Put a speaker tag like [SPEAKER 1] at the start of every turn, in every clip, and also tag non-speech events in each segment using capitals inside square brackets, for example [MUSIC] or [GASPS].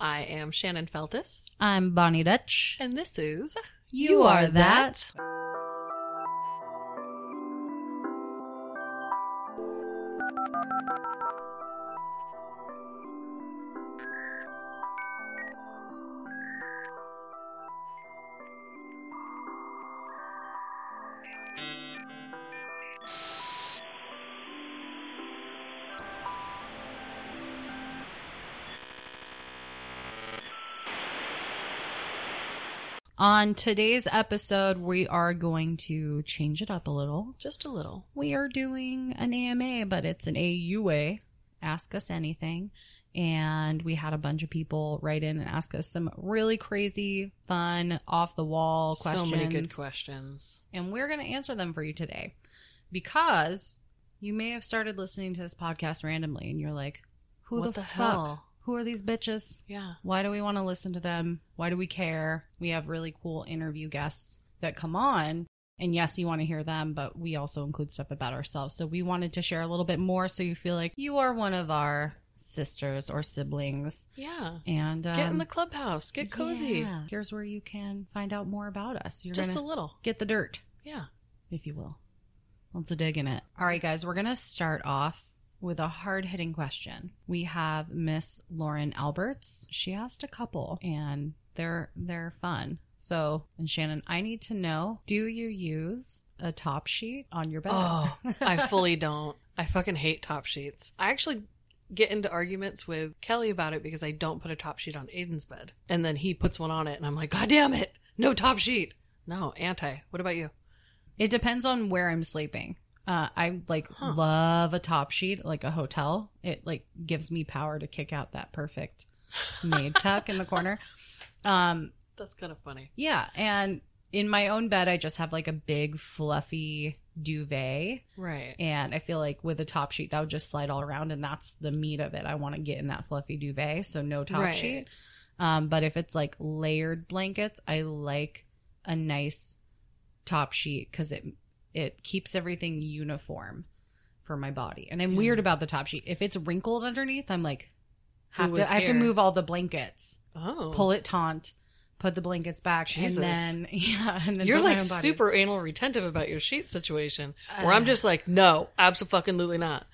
[SPEAKER 1] I am Shannon Feltis,
[SPEAKER 2] I'm Bonnie Dutch.
[SPEAKER 1] and this is
[SPEAKER 2] You Are That. On today's episode, we are going to change it up a little.
[SPEAKER 1] just a little.
[SPEAKER 2] We are doing an AMA, but it's an AUA. Ask us anything. And we had a bunch of people write in and ask us some really crazy, fun, off the wall questions.
[SPEAKER 1] So many good questions.
[SPEAKER 2] And we're going to answer them for you today because you may have started listening to this podcast randomly and you're like, who
[SPEAKER 1] What
[SPEAKER 2] the,
[SPEAKER 1] the
[SPEAKER 2] fuck?
[SPEAKER 1] hell?
[SPEAKER 2] Who are these bitches?
[SPEAKER 1] Yeah.
[SPEAKER 2] Why do we want to listen to them? Why do we care? We have really cool interview guests that come on. And yes, you want to hear them, but we also include stuff about ourselves. So we wanted to share a little bit more so you feel like you are one of our sisters or siblings.
[SPEAKER 1] Yeah.
[SPEAKER 2] And um,
[SPEAKER 1] Get in the clubhouse. Get cozy.
[SPEAKER 2] yeah. Here's where you can find out more about us. You're
[SPEAKER 1] Just a
[SPEAKER 2] gonna
[SPEAKER 1] little.
[SPEAKER 2] get the dirt
[SPEAKER 1] Yeah.
[SPEAKER 2] if you will. Let's dig in it. All right, guys, we're going to start off with a hard hitting question. We have Miss Lauren Alberts. She asked a couple and they're they're fun. So, and Shannon, I need to know, do you use a top sheet on your
[SPEAKER 1] [LAUGHS]
[SPEAKER 2] bed? [LAUGHS]
[SPEAKER 1] Oh, I fully don't. I fucking hate top sheets. I actually get into arguments with Kelly about it because I don't put a top sheet on Aiden's bed. And then he puts one on it, and I'm like, God damn it. No top sheet. No, anti. What about you?
[SPEAKER 2] It depends on where I'm sleeping. Uh, I like
[SPEAKER 1] Huh.
[SPEAKER 2] love a top sheet, like a hotel. It like gives me power to kick out that perfect maid tuck in the
[SPEAKER 1] [LAUGHS]
[SPEAKER 2] corner. Um,
[SPEAKER 1] That's kind of funny.
[SPEAKER 2] Yeah, and in my own bed, I just have like a big fluffy duvet,
[SPEAKER 1] Right.
[SPEAKER 2] and I feel like with a top sheet that would just slide all around, and that's the meat of it. I want to get in that fluffy duvet, so no top
[SPEAKER 1] Right.
[SPEAKER 2] sheet. Um, but if it's like layered blankets, I like a nice top sheet because it it keeps everything uniform for my body. And I'm
[SPEAKER 1] Yeah.
[SPEAKER 2] weird about the top sheet. If it's wrinkled underneath, I'm like
[SPEAKER 1] Who
[SPEAKER 2] have
[SPEAKER 1] was
[SPEAKER 2] to I have to
[SPEAKER 1] here?
[SPEAKER 2] move all the blankets
[SPEAKER 1] Oh.
[SPEAKER 2] pull it taunt, put the blankets back,
[SPEAKER 1] Jesus.
[SPEAKER 2] and then [LAUGHS] yeah, and then
[SPEAKER 1] You're
[SPEAKER 2] build my
[SPEAKER 1] like
[SPEAKER 2] own body. Uh,
[SPEAKER 1] super anal retentive about your sheet situation, where I'm just like, no, absolutely not.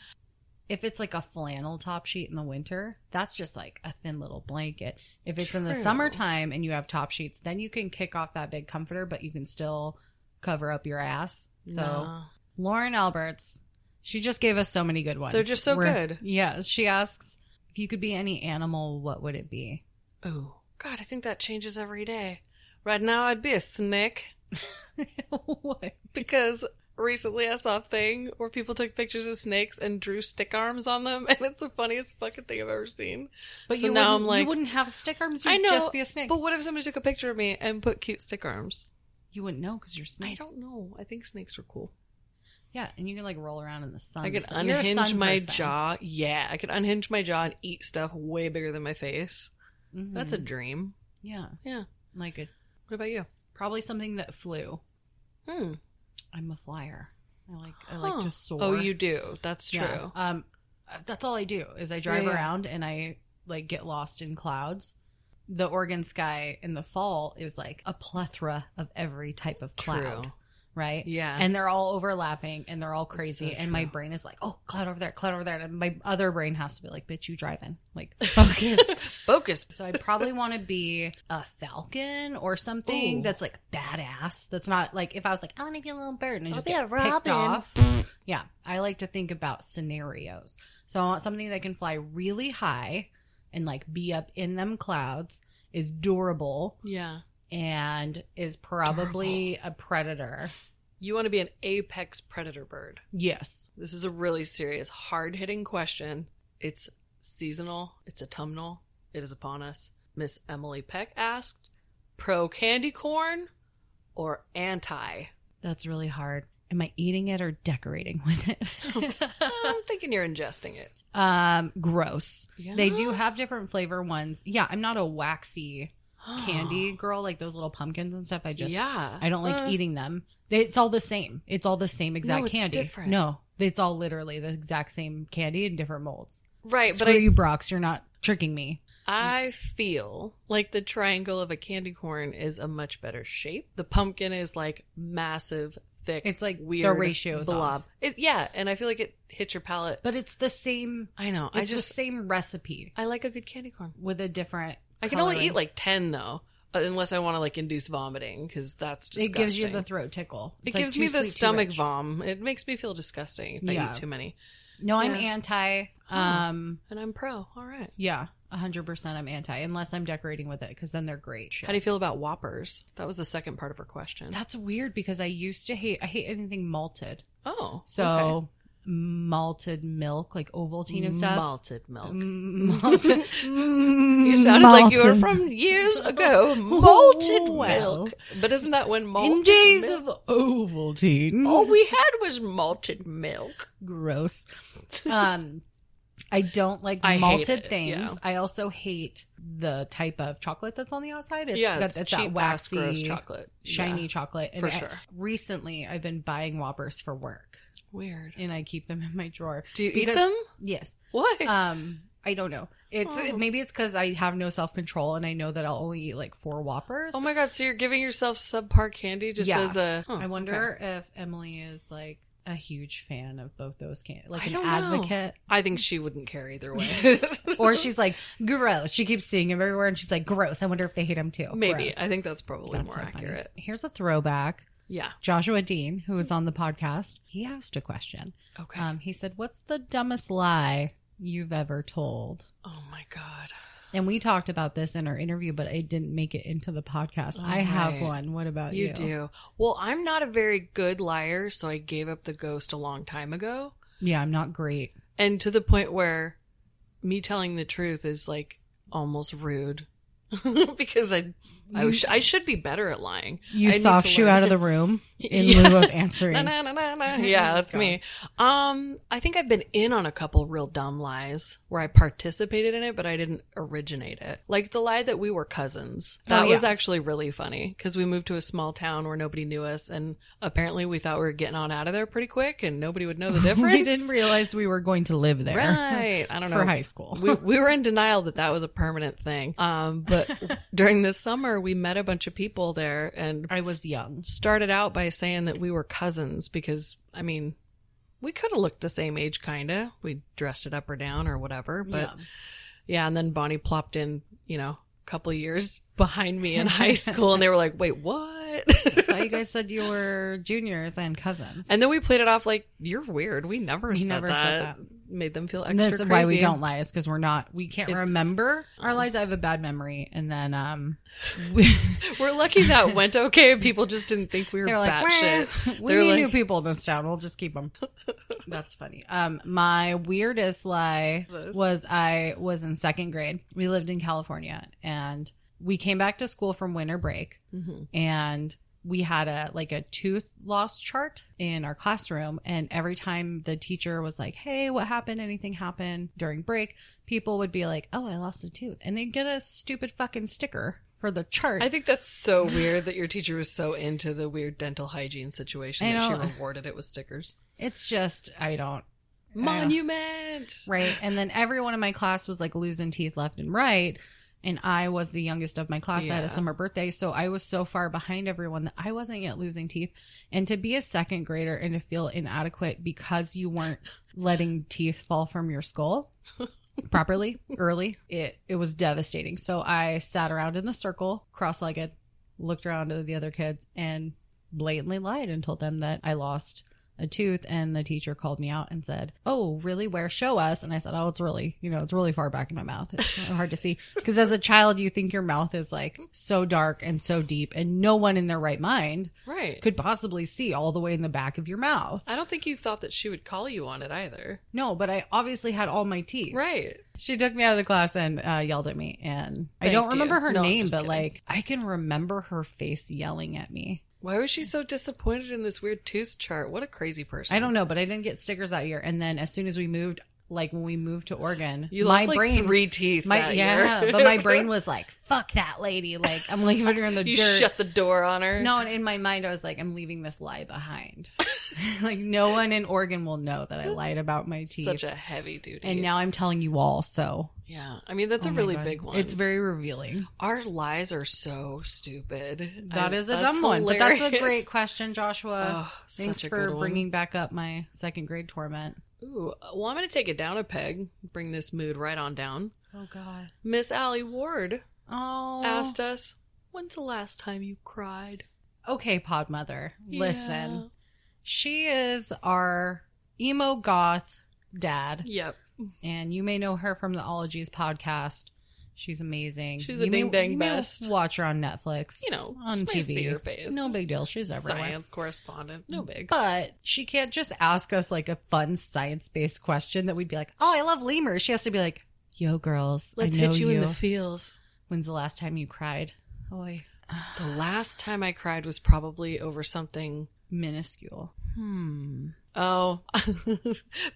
[SPEAKER 2] If it's like a flannel top sheet in the winter, that's just like a thin little blanket. If it's in the
[SPEAKER 1] True.
[SPEAKER 2] summertime and you have top sheets, then you can kick off that big comforter, but you can still cover up your ass. So
[SPEAKER 1] Nah.
[SPEAKER 2] Lauren Alberts, she just gave us so many good ones.
[SPEAKER 1] They're just so good.
[SPEAKER 2] Yeah, she asks if you could be any animal, what would it be? [LAUGHS]
[SPEAKER 1] oh God, I think that changes every day. Right now, I'd be a snake
[SPEAKER 2] what?
[SPEAKER 1] because recently I saw a thing where people took pictures of snakes and drew stick arms on them, [LAUGHS] and it's the funniest fucking thing I've ever seen.
[SPEAKER 2] But
[SPEAKER 1] So
[SPEAKER 2] you
[SPEAKER 1] now I'm
[SPEAKER 2] wouldn't-
[SPEAKER 1] like,
[SPEAKER 2] you wouldn't have stick arms. You'd
[SPEAKER 1] I know,
[SPEAKER 2] just be a snake.
[SPEAKER 1] But what if somebody took a picture of me and put cute stick arms?
[SPEAKER 2] you wouldn't know because you're a
[SPEAKER 1] I
[SPEAKER 2] snake.
[SPEAKER 1] don't know. I think snakes are cool.
[SPEAKER 2] Yeah, and you can like roll around in the sun.
[SPEAKER 1] I could
[SPEAKER 2] So you're a
[SPEAKER 1] unhinge
[SPEAKER 2] sun
[SPEAKER 1] my
[SPEAKER 2] person.
[SPEAKER 1] jaw. Yeah, I could unhinge my jaw and eat stuff way bigger than my face.
[SPEAKER 2] Mhm.
[SPEAKER 1] That's a dream.
[SPEAKER 2] yeah,
[SPEAKER 1] Yeah.
[SPEAKER 2] like a
[SPEAKER 1] What about you?
[SPEAKER 2] probably something that flew.
[SPEAKER 1] Hmm.
[SPEAKER 2] I'm a flyer. I like I like
[SPEAKER 1] Huh.
[SPEAKER 2] to soar.
[SPEAKER 1] Oh, you do. That's true.
[SPEAKER 2] Yeah. Um, that's all I do is I drive
[SPEAKER 1] Yeah, yeah.
[SPEAKER 2] around and I like get lost in clouds. The Oregon sky in the fall is like a plethora of every type of cloud.
[SPEAKER 1] True.
[SPEAKER 2] right?
[SPEAKER 1] Yeah.
[SPEAKER 2] And they're all overlapping and they're all crazy.
[SPEAKER 1] so
[SPEAKER 2] and my
[SPEAKER 1] true.
[SPEAKER 2] brain is like, oh, cloud over there, cloud over there. And my other brain has to be like, bitch, you driving.
[SPEAKER 1] [LAUGHS]
[SPEAKER 2] Like, focus.
[SPEAKER 1] Focus.
[SPEAKER 2] so I probably want to be a falcon or something
[SPEAKER 1] Ooh.
[SPEAKER 2] that's like badass. That's not like if I was like, I want to be a little bird and I
[SPEAKER 1] I'll
[SPEAKER 2] just
[SPEAKER 1] be
[SPEAKER 2] get
[SPEAKER 1] a
[SPEAKER 2] picked
[SPEAKER 1] robin.
[SPEAKER 2] off. yeah. I like to think about scenarios. So I want something that can fly really high and like be up in them clouds, is durable
[SPEAKER 1] Yeah.
[SPEAKER 2] and is probably a predator.
[SPEAKER 1] You want to be an apex predator bird.
[SPEAKER 2] Yes.
[SPEAKER 1] This is a really serious, hard hitting question. It's seasonal, it's autumnal, it is upon us. Miss Emily Peck asked pro candy corn or anti? [LAUGHS]
[SPEAKER 2] That's really hard. Am I eating it or decorating with it? [LAUGHS]
[SPEAKER 1] I'm thinking you're ingesting it.
[SPEAKER 2] um, gross.
[SPEAKER 1] Yeah.
[SPEAKER 2] They do have different flavor ones. Yeah, I'm not a waxy
[SPEAKER 1] [GASPS]
[SPEAKER 2] candy girl like those little pumpkins and stuff. I just
[SPEAKER 1] yeah.
[SPEAKER 2] I don't like
[SPEAKER 1] Uh,
[SPEAKER 2] eating them. They, it's all the same. It's all the same exact
[SPEAKER 1] it's
[SPEAKER 2] candy.
[SPEAKER 1] different.
[SPEAKER 2] No, it's all literally the exact same candy in different molds.
[SPEAKER 1] Right,
[SPEAKER 2] Screw
[SPEAKER 1] but I,
[SPEAKER 2] you, Brox. You're not tricking me.
[SPEAKER 1] I feel like the triangle of a candy corn is a much better shape. The pumpkin is like massive, thick.
[SPEAKER 2] It's like the
[SPEAKER 1] weird
[SPEAKER 2] ratio's
[SPEAKER 1] blob.
[SPEAKER 2] off.
[SPEAKER 1] It, yeah, and I feel like it hits your palate.
[SPEAKER 2] But it's the same.
[SPEAKER 1] I know.
[SPEAKER 2] It's
[SPEAKER 1] I just
[SPEAKER 2] the same recipe.
[SPEAKER 1] I like a good candy corn.
[SPEAKER 2] with a different.
[SPEAKER 1] I can only
[SPEAKER 2] coloring.
[SPEAKER 1] eat like ten though, uh, unless I want to like induce vomiting because that's disgusting.
[SPEAKER 2] It gives you the throat tickle.
[SPEAKER 1] It
[SPEAKER 2] It's, like,
[SPEAKER 1] gives
[SPEAKER 2] too
[SPEAKER 1] me the
[SPEAKER 2] sweet, too
[SPEAKER 1] stomach
[SPEAKER 2] rich.
[SPEAKER 1] vom. It makes me feel disgusting if I
[SPEAKER 2] Yeah.
[SPEAKER 1] eat too many.
[SPEAKER 2] No, I'm
[SPEAKER 1] Yeah.
[SPEAKER 2] anti. Um,
[SPEAKER 1] And I'm pro. All right.
[SPEAKER 2] yeah, hundred percent. I'm anti unless I'm decorating with it because then they're great. Shit.
[SPEAKER 1] How do you feel about Whoppers? That was the second part of her question.
[SPEAKER 2] That's weird because I used to hate. I hate anything malted.
[SPEAKER 1] oh,
[SPEAKER 2] So
[SPEAKER 1] okay.
[SPEAKER 2] malted milk, like Ovaltine and stuff.
[SPEAKER 1] malted milk. [LAUGHS] Mm.
[SPEAKER 2] Mm, malted.
[SPEAKER 1] You
[SPEAKER 2] you
[SPEAKER 1] sounded like you were from years
[SPEAKER 2] [LAUGHS]
[SPEAKER 1] ago. Malted
[SPEAKER 2] Oh, Well.
[SPEAKER 1] milk. But isn't that when malted
[SPEAKER 2] in days
[SPEAKER 1] milk? Oh.
[SPEAKER 2] of Ovaltine.
[SPEAKER 1] all we had was malted
[SPEAKER 2] [LAUGHS]
[SPEAKER 1] milk? [LAUGHS]
[SPEAKER 2] gross. Um, I don't like
[SPEAKER 1] I hate
[SPEAKER 2] malted
[SPEAKER 1] it,
[SPEAKER 2] things.
[SPEAKER 1] yeah.
[SPEAKER 2] I also hate the type of chocolate that's on the outside. It's
[SPEAKER 1] yeah,
[SPEAKER 2] got
[SPEAKER 1] it's,
[SPEAKER 2] it's
[SPEAKER 1] cheap
[SPEAKER 2] that
[SPEAKER 1] ass
[SPEAKER 2] waxy,
[SPEAKER 1] gross chocolate.
[SPEAKER 2] shiny
[SPEAKER 1] Yeah.
[SPEAKER 2] chocolate. And
[SPEAKER 1] For
[SPEAKER 2] I-
[SPEAKER 1] sure.
[SPEAKER 2] recently, I've been buying Whoppers for work,
[SPEAKER 1] Weird.
[SPEAKER 2] and I keep them in my drawer.
[SPEAKER 1] Do you eat
[SPEAKER 2] Because-
[SPEAKER 1] them?
[SPEAKER 2] Yes.
[SPEAKER 1] Why?
[SPEAKER 2] Um, I don't know. It's
[SPEAKER 1] Oh.
[SPEAKER 2] maybe it's because I have no self control, and I know that I'll only eat like four Whoppers.
[SPEAKER 1] oh my god, so you're giving yourself subpar candy just
[SPEAKER 2] Yeah.
[SPEAKER 1] as a
[SPEAKER 2] I wonder if Emily is like a huge fan of both those can, like
[SPEAKER 1] I
[SPEAKER 2] an
[SPEAKER 1] don't know.
[SPEAKER 2] advocate.
[SPEAKER 1] I think she wouldn't care either way.
[SPEAKER 2] [LAUGHS]
[SPEAKER 1] [LAUGHS]
[SPEAKER 2] or she's like gross. She keeps seeing him everywhere, and she's like gross. I wonder if they hate him too.
[SPEAKER 1] Maybe.
[SPEAKER 2] Gross.
[SPEAKER 1] I think that's probably
[SPEAKER 2] That's
[SPEAKER 1] more
[SPEAKER 2] so funny.
[SPEAKER 1] accurate.
[SPEAKER 2] Here's a throwback.
[SPEAKER 1] Yeah.
[SPEAKER 2] Joshua Dean, who was on the podcast, he asked a question.
[SPEAKER 1] Okay.
[SPEAKER 2] Um, he said, "What's the dumbest lie you've ever told?"
[SPEAKER 1] oh my god.
[SPEAKER 2] And we talked about this in our interview, but it didn't make it into the podcast.
[SPEAKER 1] All
[SPEAKER 2] I have
[SPEAKER 1] right.
[SPEAKER 2] one. What about you?
[SPEAKER 1] do. Well, I'm not a very good liar, so I gave up the ghost a long time ago.
[SPEAKER 2] Yeah, I'm not great.
[SPEAKER 1] And to the point where me telling the truth is like almost rude [LAUGHS] because I I, sh- I should be better at lying.
[SPEAKER 2] You
[SPEAKER 1] I need
[SPEAKER 2] soft
[SPEAKER 1] to
[SPEAKER 2] shoe
[SPEAKER 1] learn.
[SPEAKER 2] out of the [LAUGHS] room in
[SPEAKER 1] Yeah.
[SPEAKER 2] lieu of
[SPEAKER 1] Na,
[SPEAKER 2] answering. [LAUGHS]
[SPEAKER 1] na, na, na, na. Yeah,
[SPEAKER 2] Just
[SPEAKER 1] that's me. Um, I think I've been in on a couple real dumb lies where I participated in it, but I didn't originate it. Like the lie that we were cousins. That
[SPEAKER 2] Oh,
[SPEAKER 1] was
[SPEAKER 2] yeah.
[SPEAKER 1] actually really funny because we moved to a small town where nobody knew us, and apparently we thought we were getting on out of there pretty quick, and nobody would know the difference.
[SPEAKER 2] [LAUGHS] we
[SPEAKER 1] [LAUGHS]
[SPEAKER 2] didn't realize we were going to live there
[SPEAKER 1] Right. I don't know.
[SPEAKER 2] for high school.
[SPEAKER 1] we, we were in denial that that was a permanent thing. Um,
[SPEAKER 2] [LAUGHS]
[SPEAKER 1] but during the summer, we met a bunch of people there, and
[SPEAKER 2] [LAUGHS] I was young.
[SPEAKER 1] started out by saying that we were cousins because I mean, we could have looked the same age, kinda. We dressed it up or down or whatever, but
[SPEAKER 2] [LAUGHS]
[SPEAKER 1] yeah. and then Bonnie plopped in, you know, a couple years [LAUGHS] behind me in
[SPEAKER 2] [LAUGHS]
[SPEAKER 1] high school, and they were like, "Wait, what?"
[SPEAKER 2] thought you guys said you were juniors and cousins.
[SPEAKER 1] [LAUGHS] and then we played it off like, "You're weird. We never,
[SPEAKER 2] We
[SPEAKER 1] said,
[SPEAKER 2] never
[SPEAKER 1] that.
[SPEAKER 2] said
[SPEAKER 1] Made them feel
[SPEAKER 2] And
[SPEAKER 1] extra
[SPEAKER 2] this is
[SPEAKER 1] crazy.
[SPEAKER 2] why we don't lie is because we're not we can't
[SPEAKER 1] It's-
[SPEAKER 2] remember our lies. I have a bad memory, and then [LAUGHS] um, we,
[SPEAKER 1] [LAUGHS] We're lucky that went okay. and People just didn't think we were
[SPEAKER 2] they're like,
[SPEAKER 1] batshit.
[SPEAKER 2] "Meh, we
[SPEAKER 1] They're
[SPEAKER 2] need
[SPEAKER 1] like-
[SPEAKER 2] new people in this town. We'll just keep them. [LAUGHS] That's funny. Um, my weirdest lie
[SPEAKER 1] This.
[SPEAKER 2] was I was in second grade. We lived in California, and we came back to school from winter break,
[SPEAKER 1] Mhm.
[SPEAKER 2] and we had a like a tooth loss chart in our classroom and every time the teacher was like hey what happened anything happened during break people would be like oh i lost a tooth and they'd get a stupid fucking sticker for the chart
[SPEAKER 1] I think that's so weird that your teacher was so into the weird dental hygiene situation
[SPEAKER 2] I
[SPEAKER 1] that she
[SPEAKER 2] know.
[SPEAKER 1] rewarded it with stickers.
[SPEAKER 2] it's just i don't
[SPEAKER 1] Monument.
[SPEAKER 2] right and then everyone in my class was like losing teeth left and right And I was the youngest of my class. I had
[SPEAKER 1] Yeah.
[SPEAKER 2] a summer birthday. So I was so far behind everyone that I wasn't yet losing teeth. And to be a second grader and to feel inadequate because you weren't letting teeth fall from your skull properly early, it, it was devastating. So I sat around in the circle, cross legged, looked around at the other kids, and blatantly lied and told them that I lost a tooth and the teacher called me out and said, "Oh, really? Where? Show us." And I said, "Oh, it's really, you know, it's really far back in my mouth. It's hard to see because as a child, you think your mouth is like so dark and so deep, and no one in their right mind
[SPEAKER 1] Right.
[SPEAKER 2] could possibly see all the way in the back of your mouth."
[SPEAKER 1] I don't think you thought that she would call you on it either.
[SPEAKER 2] No, but I obviously had all my teeth.
[SPEAKER 1] Right.
[SPEAKER 2] She took me out of the class and uh, yelled at me, and I
[SPEAKER 1] Thank
[SPEAKER 2] don't remember
[SPEAKER 1] you.
[SPEAKER 2] her
[SPEAKER 1] No, I'm
[SPEAKER 2] name,
[SPEAKER 1] just
[SPEAKER 2] but
[SPEAKER 1] kidding.
[SPEAKER 2] like I can remember her face yelling at me.
[SPEAKER 1] Why was she so disappointed in this weird tooth chart? What a crazy person.
[SPEAKER 2] I don't know, but I didn't get stickers that year. And then as soon as we moved, like when we moved to Oregon,
[SPEAKER 1] You
[SPEAKER 2] my
[SPEAKER 1] lost like
[SPEAKER 2] brain,
[SPEAKER 1] three teeth.
[SPEAKER 2] my
[SPEAKER 1] that
[SPEAKER 2] yeah,
[SPEAKER 1] year. [LAUGHS]
[SPEAKER 2] but my brain was like, "Fuck that lady!" Like I'm leaving her in the
[SPEAKER 1] you
[SPEAKER 2] dirt.
[SPEAKER 1] shut the door on her.
[SPEAKER 2] no, and in my mind, I was like, "I'm leaving this
[SPEAKER 1] [LAUGHS]
[SPEAKER 2] lie behind." [LAUGHS] like no one in Oregon will know that I lied about my teeth.
[SPEAKER 1] such a heavy duty.
[SPEAKER 2] and now I'm telling you all. So
[SPEAKER 1] yeah, I mean that's
[SPEAKER 2] Oh
[SPEAKER 1] a
[SPEAKER 2] my
[SPEAKER 1] really
[SPEAKER 2] God.
[SPEAKER 1] big one.
[SPEAKER 2] It's very revealing.
[SPEAKER 1] Our lies are so stupid.
[SPEAKER 2] That
[SPEAKER 1] I-
[SPEAKER 2] is a
[SPEAKER 1] that's
[SPEAKER 2] dumb one, but that's a
[SPEAKER 1] hilarious. [LAUGHS]
[SPEAKER 2] great question, Joshua.
[SPEAKER 1] Oh, such
[SPEAKER 2] Thanks
[SPEAKER 1] a
[SPEAKER 2] for
[SPEAKER 1] good one.
[SPEAKER 2] bringing back up my second grade torment.
[SPEAKER 1] Ooh, well, I'm going to take it down a peg. Bring this mood right on down.
[SPEAKER 2] Oh God.
[SPEAKER 1] Miss Allie Ward
[SPEAKER 2] Oh.
[SPEAKER 1] asked us, "When's the last time you cried?"
[SPEAKER 2] okay, Podmother,
[SPEAKER 1] Yeah.
[SPEAKER 2] listen. She is our emo goth dad,
[SPEAKER 1] Yep.
[SPEAKER 2] and you may know her from the Ologies podcast. She's amazing.
[SPEAKER 1] She's the
[SPEAKER 2] You
[SPEAKER 1] ding dang
[SPEAKER 2] you
[SPEAKER 1] best.
[SPEAKER 2] watch her on Netflix,
[SPEAKER 1] You know,
[SPEAKER 2] on
[SPEAKER 1] just nice
[SPEAKER 2] TV.
[SPEAKER 1] to see her face.
[SPEAKER 2] No big deal. She's everywhere.
[SPEAKER 1] Science correspondent. No big.
[SPEAKER 2] But she can't just ask us like a fun science based question that we'd be like, "Oh, I love lemurs." She has to be like, "Yo, girls, I
[SPEAKER 1] Let's
[SPEAKER 2] know
[SPEAKER 1] hit you, in the
[SPEAKER 2] [SIGHS]
[SPEAKER 1] feels.
[SPEAKER 2] When's the last time you cried? Oy,
[SPEAKER 1] The last time I cried was probably over something.
[SPEAKER 2] minuscule.
[SPEAKER 1] Hmm. Oh, [LAUGHS]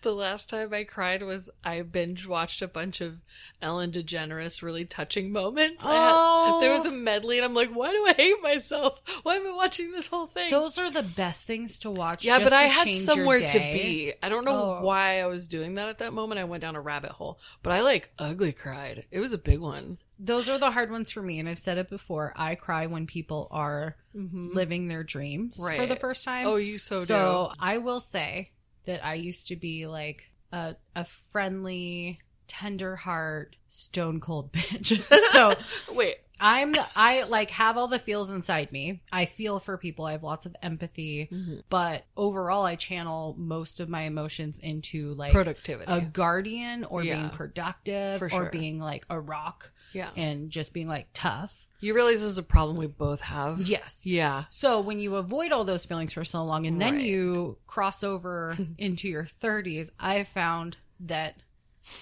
[SPEAKER 1] the last time I cried was I binge watched a bunch of Ellen DeGeneres really touching moments. I had-
[SPEAKER 2] Oh.
[SPEAKER 1] there was a medley, and I'm like, why do I hate myself? Why am I watching this whole thing?
[SPEAKER 2] Those are the best things to watch.
[SPEAKER 1] yeah,
[SPEAKER 2] just
[SPEAKER 1] but I
[SPEAKER 2] to
[SPEAKER 1] had
[SPEAKER 2] change your
[SPEAKER 1] somewhere to
[SPEAKER 2] day.
[SPEAKER 1] be. I don't know
[SPEAKER 2] Oh.
[SPEAKER 1] why I was doing that at that moment. I went down a rabbit hole, but I like ugly cried. It was a big one.
[SPEAKER 2] Those are the hard ones for me, and I've said it before. I cry when people are
[SPEAKER 1] Mm-hmm.
[SPEAKER 2] living their dreams for
[SPEAKER 1] Right.
[SPEAKER 2] the first time.
[SPEAKER 1] Oh, you so,
[SPEAKER 2] so I will say that I used to be like a a friendly, tender heart, stone cold [LAUGHS] bitch. so
[SPEAKER 1] do. Wait,
[SPEAKER 2] I'm I like have all the feels inside me. I feel for people. I have lots of empathy,
[SPEAKER 1] Mm-hmm.
[SPEAKER 2] but overall, I channel most of my emotions into like
[SPEAKER 1] productivity.
[SPEAKER 2] a guardian or
[SPEAKER 1] Yeah.
[SPEAKER 2] being productive
[SPEAKER 1] For
[SPEAKER 2] or
[SPEAKER 1] sure.
[SPEAKER 2] being like a rock
[SPEAKER 1] yeah.
[SPEAKER 2] and just being like tough.
[SPEAKER 1] You realize this is a problem we both have.
[SPEAKER 2] Yes.
[SPEAKER 1] Yeah.
[SPEAKER 2] So when you avoid all those feelings for so long and then
[SPEAKER 1] Right.
[SPEAKER 2] you cross
[SPEAKER 1] [LAUGHS]
[SPEAKER 2] over into your 30s, I found that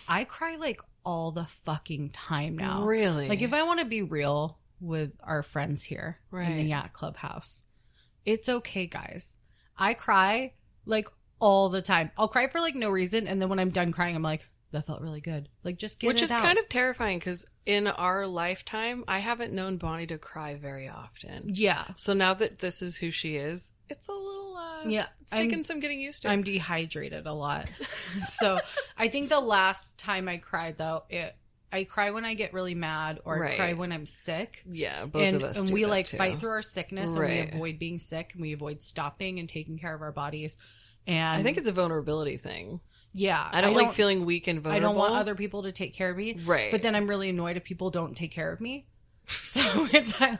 [SPEAKER 2] I cry like all the fucking time now.
[SPEAKER 1] Really?
[SPEAKER 2] Like if I want to be real with our friends here in the
[SPEAKER 1] Right.
[SPEAKER 2] yacht clubhouse, it's okay, guys. I cry like all the time. I'll cry for like no reason, and then when I'm done crying, I'm like, that felt really good. Like just get
[SPEAKER 1] Which
[SPEAKER 2] it
[SPEAKER 1] is
[SPEAKER 2] out.
[SPEAKER 1] kind of terrifying because in our lifetime, I haven't known Bonnie to cry very often.
[SPEAKER 2] yeah.
[SPEAKER 1] So now that this is who she is, it's a little, uh,
[SPEAKER 2] Yeah,
[SPEAKER 1] it's taken
[SPEAKER 2] I'm-
[SPEAKER 1] some getting used to.
[SPEAKER 2] I'm dehydrated a lot. [LAUGHS] so I think the last time I cried though, it I cry when I get really mad or I
[SPEAKER 1] Right.
[SPEAKER 2] cry when I'm sick.
[SPEAKER 1] yeah, both
[SPEAKER 2] and
[SPEAKER 1] of us.
[SPEAKER 2] and
[SPEAKER 1] do
[SPEAKER 2] we
[SPEAKER 1] that
[SPEAKER 2] like
[SPEAKER 1] too.
[SPEAKER 2] fight through our sickness and
[SPEAKER 1] Right.
[SPEAKER 2] we avoid being sick and we avoid stopping and taking care of our bodies. And
[SPEAKER 1] I think it's a vulnerability thing.
[SPEAKER 2] yeah.
[SPEAKER 1] I don't, like feeling weak and
[SPEAKER 2] I
[SPEAKER 1] vulnerable.
[SPEAKER 2] don't want other people to take care of me.
[SPEAKER 1] Right.
[SPEAKER 2] But then I'm really annoyed if people don't take care of me. [LAUGHS] So it's [LAUGHS] like,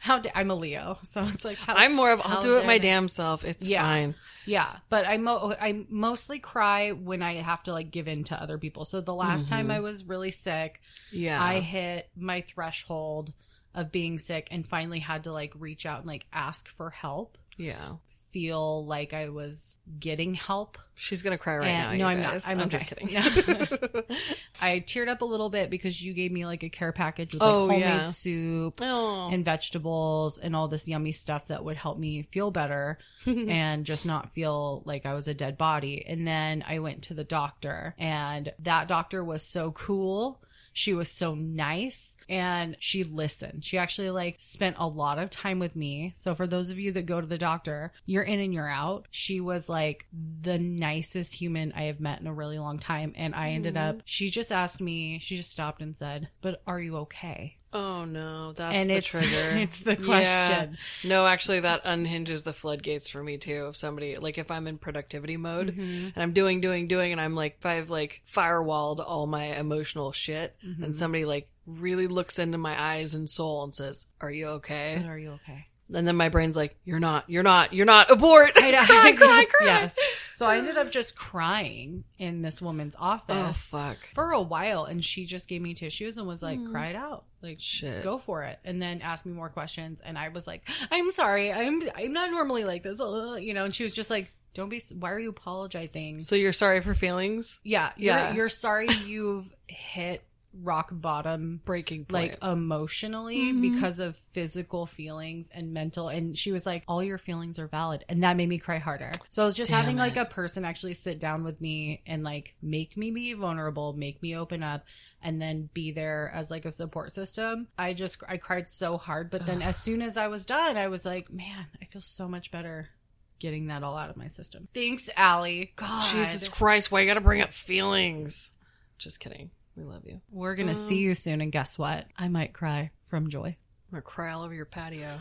[SPEAKER 2] how da- I'm a Leo, so it's like how,
[SPEAKER 1] I'm more of
[SPEAKER 2] how
[SPEAKER 1] I'll do it my
[SPEAKER 2] dare-
[SPEAKER 1] damn self. It's
[SPEAKER 2] Yeah.
[SPEAKER 1] fine.
[SPEAKER 2] Yeah, but I mo- I mostly cry when I have to like give in to other people. So the last time
[SPEAKER 1] Mhm.
[SPEAKER 2] I was really sick,
[SPEAKER 1] Yeah.
[SPEAKER 2] I hit my threshold of being sick and finally had to like reach out and like ask for help.
[SPEAKER 1] yeah.
[SPEAKER 2] Feel like I was getting help.
[SPEAKER 1] She's gonna cry right
[SPEAKER 2] And-
[SPEAKER 1] now.
[SPEAKER 2] no,
[SPEAKER 1] you
[SPEAKER 2] I'm not.
[SPEAKER 1] guys.
[SPEAKER 2] I'm
[SPEAKER 1] just
[SPEAKER 2] okay.
[SPEAKER 1] kidding. [LAUGHS]
[SPEAKER 2] I teared up a little bit because you gave me like a care package with like
[SPEAKER 1] Oh,
[SPEAKER 2] homemade
[SPEAKER 1] yeah.
[SPEAKER 2] soup
[SPEAKER 1] [LAUGHS] oh,
[SPEAKER 2] and vegetables and all this yummy stuff that would help me feel better and just not feel like I was a dead body. And then I went to the doctor, and that doctor was so cool. She was so nice and she listened. She actually like spent a lot of time with me. So for those of you that go to the doctor, you're in and you're out. She was like the nicest human I have met in a really long time. And I ended
[SPEAKER 1] Mhm.
[SPEAKER 2] up, she just asked me, she just stopped and said, but are you okay?
[SPEAKER 1] Oh no, that's
[SPEAKER 2] and
[SPEAKER 1] the
[SPEAKER 2] it's, [LAUGHS]
[SPEAKER 1] trigger.
[SPEAKER 2] it's the
[SPEAKER 1] Yeah.
[SPEAKER 2] question.
[SPEAKER 1] No, actually, that unhinges the floodgates for me too. If somebody like if I'm in productivity mode
[SPEAKER 2] Mhm.
[SPEAKER 1] and I'm doing, doing, doing, and I'm like if I've like firewalled all my emotional shit, and
[SPEAKER 2] Mhm.
[SPEAKER 1] somebody like really looks into my eyes and soul and says, "Are you okay?"
[SPEAKER 2] But are you okay?
[SPEAKER 1] And then my brain's like, "You're not. You're not. You're not. Abort!"
[SPEAKER 2] [LAUGHS]
[SPEAKER 1] [LAUGHS]
[SPEAKER 2] I know.
[SPEAKER 1] cry, cry,
[SPEAKER 2] Yes,
[SPEAKER 1] cry.
[SPEAKER 2] yes. So I ended up just crying in this woman's
[SPEAKER 1] Oh
[SPEAKER 2] office
[SPEAKER 1] fuck.
[SPEAKER 2] for a while, and she just gave me tissues and was like,
[SPEAKER 1] Mm.
[SPEAKER 2] "Cry it out, like
[SPEAKER 1] Shit.
[SPEAKER 2] go for it," and then asked me more questions, and I was like, "I'm sorry, I'm I'm not normally like this," [LAUGHS] uh, you know, and she was just like, "Don't be. s- Why are you apologizing?"
[SPEAKER 1] So you're sorry for feelings?
[SPEAKER 2] yeah, you're,
[SPEAKER 1] Yeah.
[SPEAKER 2] You're sorry you've hit rock bottom
[SPEAKER 1] Breaking point.
[SPEAKER 2] like emotionally
[SPEAKER 1] Mhm.
[SPEAKER 2] because of physical feelings and mental and she was like all your feelings are valid and that made me cry harder so i was just
[SPEAKER 1] Damn
[SPEAKER 2] having like
[SPEAKER 1] it.
[SPEAKER 2] a person actually sit down with me and like make me be vulnerable make me open up and then be there as like a support system i just i cried so hard but then
[SPEAKER 1] Ugh.
[SPEAKER 2] as soon as i was done i was like man i feel so much better getting that all out of my system thanks allie god
[SPEAKER 1] Jesus Christ, why you gotta bring up feelings? Just kidding. We love you.
[SPEAKER 2] we're gonna
[SPEAKER 1] Um,
[SPEAKER 2] see you soon and guess what i might cry from joy
[SPEAKER 1] I'm gonna cry all over your
[SPEAKER 2] [LAUGHS]
[SPEAKER 1] patio.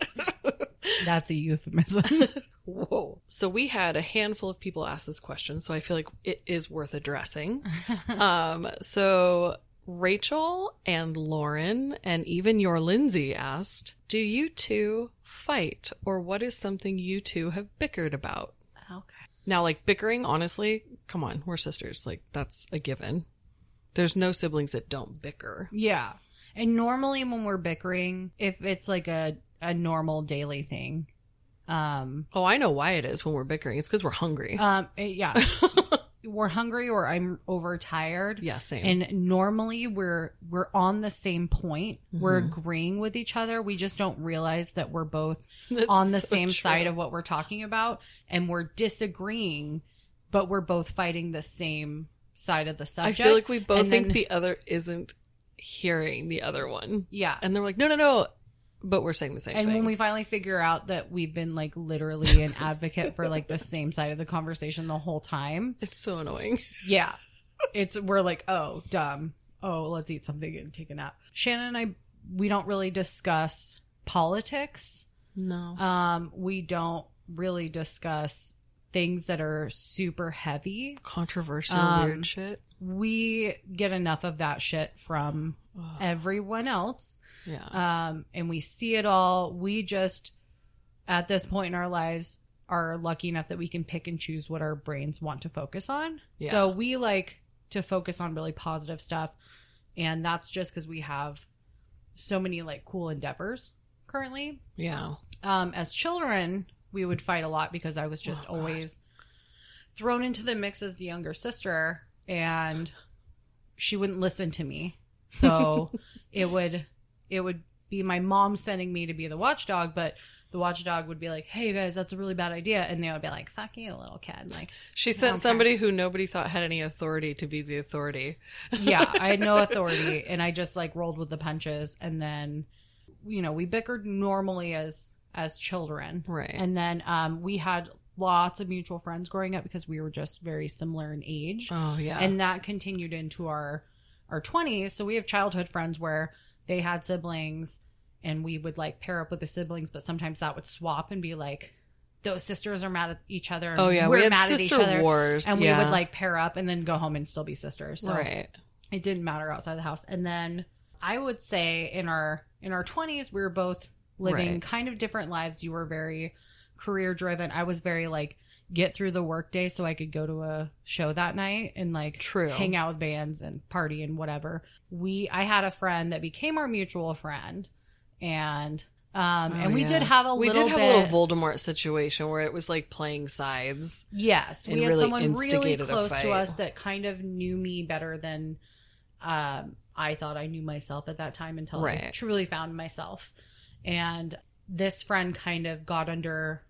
[SPEAKER 1] [LAUGHS]
[SPEAKER 2] that's a euphemism [LAUGHS]
[SPEAKER 1] Whoa. So we had a handful of people ask this question, so I feel like it is worth
[SPEAKER 2] [LAUGHS]
[SPEAKER 1] addressing. um, so Rachel and Lauren and even your Lindsay asked, Do you two fight or what is something you two have bickered about? [LAUGHS]
[SPEAKER 2] okay
[SPEAKER 1] Now, like bickering, honestly, come on, we're sisters. Like, that's a given. There's no siblings that don't bicker.
[SPEAKER 2] Yeah. And normally when we're bickering, if it's like a, a normal daily thing, um,
[SPEAKER 1] Oh, I know why it is when we're bickering. It's because we're hungry.
[SPEAKER 2] um,
[SPEAKER 1] [LAUGHS]
[SPEAKER 2] eh, yeah, we're hungry or I'm overtired.
[SPEAKER 1] yeah, same.
[SPEAKER 2] And normally we're we're on the same point. We're
[SPEAKER 1] Mhm.
[SPEAKER 2] agreeing with each other. We just don't realize that we're both
[SPEAKER 1] [LAUGHS] That's
[SPEAKER 2] on the
[SPEAKER 1] so
[SPEAKER 2] same
[SPEAKER 1] true.
[SPEAKER 2] side of what we're talking about and we're disagreeing, but we're both fighting the same side of the
[SPEAKER 1] I
[SPEAKER 2] subject.
[SPEAKER 1] feel like we both
[SPEAKER 2] and
[SPEAKER 1] think
[SPEAKER 2] then-
[SPEAKER 1] the other isn't hearing the other one.
[SPEAKER 2] yeah.
[SPEAKER 1] And they're like, no, no, no. But we're saying the same
[SPEAKER 2] and
[SPEAKER 1] thing.
[SPEAKER 2] when we finally figure out that we've been like literally an advocate for like the same side of the conversation the whole time
[SPEAKER 1] it's so annoying.
[SPEAKER 2] yeah it's we're like oh dumb oh let's eat something and take a nap shannon and i we don't really discuss politics
[SPEAKER 1] No.
[SPEAKER 2] um we don't really discuss things that are super heavy
[SPEAKER 1] Controversial,
[SPEAKER 2] um,
[SPEAKER 1] weird shit.
[SPEAKER 2] we get enough of that shit from
[SPEAKER 1] Ugh.
[SPEAKER 2] everyone else
[SPEAKER 1] yeah.
[SPEAKER 2] um, and we see it all. We just, at this point in our lives, are lucky enough that we can pick and choose what our brains want to focus on.
[SPEAKER 1] Yeah.
[SPEAKER 2] So we like to focus on really positive stuff, and that's just because we have so many like cool endeavors currently.
[SPEAKER 1] yeah.
[SPEAKER 2] Um, as children, we would fight a lot because I was just
[SPEAKER 1] Oh, God.
[SPEAKER 2] always thrown into the mix as the younger sister, and she wouldn't listen to me.
[SPEAKER 1] [LAUGHS]
[SPEAKER 2] So it would it would be my mom sending me to be the watchdog, but the watchdog would be like, "Hey, you guys, that's a really bad idea," and they would be like, "Fuck you, little kid!" Like,
[SPEAKER 1] She sent
[SPEAKER 2] okay.
[SPEAKER 1] somebody who nobody thought had any authority to be the authority.
[SPEAKER 2] yeah, I had
[SPEAKER 1] [LAUGHS]
[SPEAKER 2] no authority, and I just like rolled with the punches, and then you know we bickered normally as as children,
[SPEAKER 1] Right.
[SPEAKER 2] And then um, we had lots of mutual friends growing up because we were just very similar in age.
[SPEAKER 1] oh, yeah.
[SPEAKER 2] And that continued into our our 20s. So we have childhood friends where they had siblings and we would like pair up with the siblings, but sometimes that would swap and be like those sisters are mad at each other. and
[SPEAKER 1] oh, yeah.
[SPEAKER 2] We're
[SPEAKER 1] we had
[SPEAKER 2] mad
[SPEAKER 1] sister
[SPEAKER 2] at each other.
[SPEAKER 1] wars.
[SPEAKER 2] And
[SPEAKER 1] yeah.
[SPEAKER 2] we would like pair up and then go home and still be sisters. So
[SPEAKER 1] right.
[SPEAKER 2] it didn't matter outside the house and then i would say in our in our 20s we were both living
[SPEAKER 1] Right.
[SPEAKER 2] kind of different lives you were very career driven i was very like get through the workday so i could go to a show that night and like
[SPEAKER 1] True.
[SPEAKER 2] hang out with bands and party and whatever we i had a friend that became our mutual friend and um
[SPEAKER 1] Oh,
[SPEAKER 2] and we
[SPEAKER 1] yeah.
[SPEAKER 2] did have a
[SPEAKER 1] we
[SPEAKER 2] little
[SPEAKER 1] did have
[SPEAKER 2] bit,
[SPEAKER 1] a little Voldemort situation where it was like playing sides.
[SPEAKER 2] Yes, we
[SPEAKER 1] and
[SPEAKER 2] had
[SPEAKER 1] really
[SPEAKER 2] someone really
[SPEAKER 1] instigated a
[SPEAKER 2] close to
[SPEAKER 1] fight.
[SPEAKER 2] us that kind of knew me better than um, I thought I knew myself at that time until I
[SPEAKER 1] Right.
[SPEAKER 2] truly found myself. And this friend kind of got under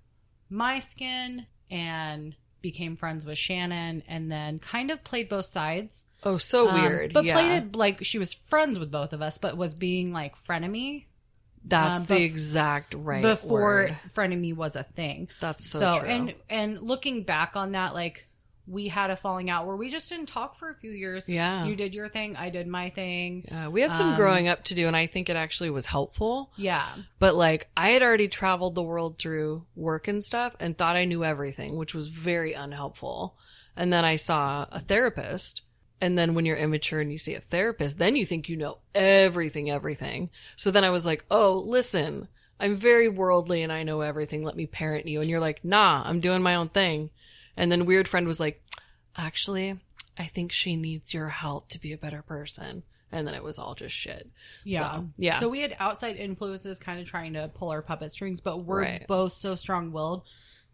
[SPEAKER 2] my skin and became friends with Shannon and then kind of played both sides.
[SPEAKER 1] Oh, so
[SPEAKER 2] Um,
[SPEAKER 1] weird.
[SPEAKER 2] But
[SPEAKER 1] yeah.
[SPEAKER 2] played it like she was friends with both of us, but was being like frenemy
[SPEAKER 1] That's
[SPEAKER 2] um,
[SPEAKER 1] the
[SPEAKER 2] bef-
[SPEAKER 1] exact right
[SPEAKER 2] before
[SPEAKER 1] word.
[SPEAKER 2] frenemy was a thing.
[SPEAKER 1] That's so,
[SPEAKER 2] So,
[SPEAKER 1] true.
[SPEAKER 2] and and looking back on that, like we had a falling out where we just didn't talk for a few years.
[SPEAKER 1] Yeah.
[SPEAKER 2] You did your thing, I did my thing.
[SPEAKER 1] yeah, uh, we had some
[SPEAKER 2] um,
[SPEAKER 1] growing up to do, and I think it actually was helpful.
[SPEAKER 2] Yeah.
[SPEAKER 1] But like, I had already traveled the world through work and stuff and thought I knew everything, which was very unhelpful. And then I saw a therapist. And then when you're immature and you see a therapist, then you think you know everything, everything. So then I was like, oh, listen, I'm very worldly and I know everything. Let me parent you. And you're like, nah, I'm doing my own thing. And then Weird Friend was like, actually, I think she needs your help to be a better person. And then it was all just shit.
[SPEAKER 2] Yeah.
[SPEAKER 1] So, yeah.
[SPEAKER 2] So we had outside influences kind of trying to pull our puppet strings, but we're
[SPEAKER 1] Right.
[SPEAKER 2] both so strong willed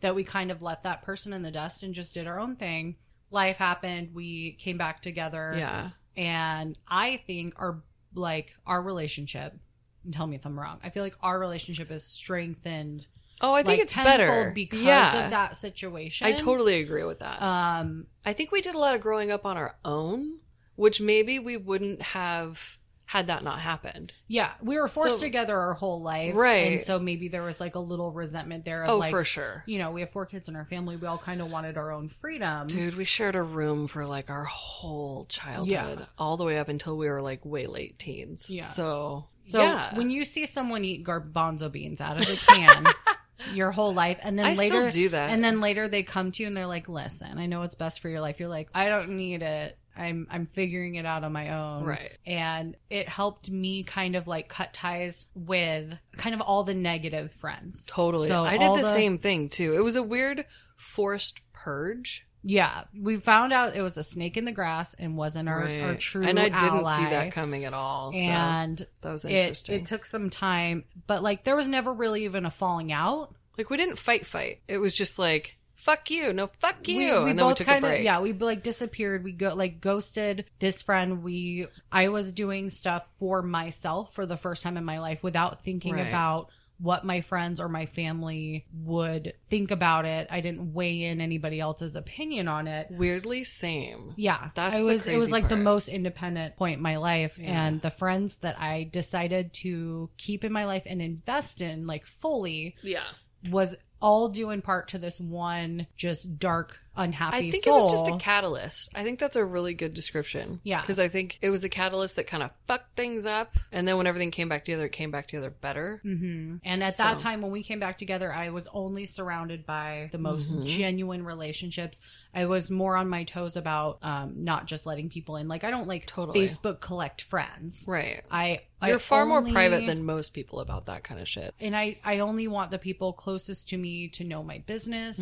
[SPEAKER 2] that we kind of left that person in the dust and just did our own thing. Life happened. We came back together.
[SPEAKER 1] Yeah.
[SPEAKER 2] And I think our, like, our relationship, and tell me if I'm wrong, I feel like our relationship is strengthened.
[SPEAKER 1] Oh, I think
[SPEAKER 2] like,
[SPEAKER 1] it's
[SPEAKER 2] tenfold
[SPEAKER 1] better
[SPEAKER 2] because
[SPEAKER 1] yeah.
[SPEAKER 2] of that situation.
[SPEAKER 1] I totally agree with that.
[SPEAKER 2] Um,
[SPEAKER 1] I think we did a lot of growing up on our own, which maybe we wouldn't have had that not happened.
[SPEAKER 2] yeah, we were forced
[SPEAKER 1] So-
[SPEAKER 2] together our whole life,
[SPEAKER 1] Right.
[SPEAKER 2] And so maybe there was like a little resentment there. Of
[SPEAKER 1] Oh,
[SPEAKER 2] like,
[SPEAKER 1] for sure.
[SPEAKER 2] you know, we have four kids in our family. We all kind of wanted our own freedom.
[SPEAKER 1] Dude, we shared a room for like our whole childhood,
[SPEAKER 2] Yeah.
[SPEAKER 1] all the way up until we were like way late teens.
[SPEAKER 2] Yeah.
[SPEAKER 1] So,
[SPEAKER 2] so
[SPEAKER 1] yeah.
[SPEAKER 2] when you see someone eat garbanzo beans out of a
[SPEAKER 1] [LAUGHS]
[SPEAKER 2] can your whole life, and then
[SPEAKER 1] I still
[SPEAKER 2] later
[SPEAKER 1] do that.
[SPEAKER 2] and then later they come to you and they're like, "Listen, I know what's best for your life." You're like, "I don't need it." I'm I'm figuring it out on my own.
[SPEAKER 1] Right.
[SPEAKER 2] And it helped me kind of like cut ties with kind of all the negative friends.
[SPEAKER 1] totally.
[SPEAKER 2] So
[SPEAKER 1] I did
[SPEAKER 2] all
[SPEAKER 1] the, same thing too. It was a weird forced purge.
[SPEAKER 2] Yeah. We found out it was a snake in the grass and wasn't our, our
[SPEAKER 1] Right.
[SPEAKER 2] true
[SPEAKER 1] And I didn't see
[SPEAKER 2] ally.
[SPEAKER 1] that coming at all. So
[SPEAKER 2] And
[SPEAKER 1] that was
[SPEAKER 2] it
[SPEAKER 1] interesting.
[SPEAKER 2] it took some time, but like there was never really even a falling out.
[SPEAKER 1] like we didn't fight fight. It was just like, fuck you. No, fuck you.
[SPEAKER 2] we
[SPEAKER 1] and then we
[SPEAKER 2] both
[SPEAKER 1] took
[SPEAKER 2] kind
[SPEAKER 1] a
[SPEAKER 2] of
[SPEAKER 1] break.
[SPEAKER 2] yeah, we like disappeared. We go like ghosted this friend. We I was doing stuff for myself for the first time in my life without thinking
[SPEAKER 1] Right.
[SPEAKER 2] about what my friends or my family would think about it. I didn't weigh in anybody else's opinion on it.
[SPEAKER 1] Weirdly same.
[SPEAKER 2] Yeah,
[SPEAKER 1] That's
[SPEAKER 2] I
[SPEAKER 1] the
[SPEAKER 2] was. it was
[SPEAKER 1] crazy
[SPEAKER 2] like the
[SPEAKER 1] part.
[SPEAKER 2] most independent point in my life,
[SPEAKER 1] Yeah.
[SPEAKER 2] and the friends that I decided to keep in my life and invest in, like fully,
[SPEAKER 1] Yeah.
[SPEAKER 2] was all due in part to this one just dark, unhappy.
[SPEAKER 1] I think
[SPEAKER 2] soul.
[SPEAKER 1] it was just a catalyst. I think that's a really good description.
[SPEAKER 2] Yeah.
[SPEAKER 1] Because I think it was a catalyst that kind of fucked things up. And then when everything came back together, it came back together better.
[SPEAKER 2] hmm And at that
[SPEAKER 1] So-
[SPEAKER 2] time, when we came back together, I was only surrounded by the most
[SPEAKER 1] Mhm.
[SPEAKER 2] genuine relationships. I was more on my toes about um, not just letting people in. Like I don't like
[SPEAKER 1] Totally.
[SPEAKER 2] Facebook collect friends.
[SPEAKER 1] Right.
[SPEAKER 2] I I
[SPEAKER 1] You're far more
[SPEAKER 2] only-
[SPEAKER 1] private than most people about that kind of shit.
[SPEAKER 2] and I, I only want the people closest to me to know my business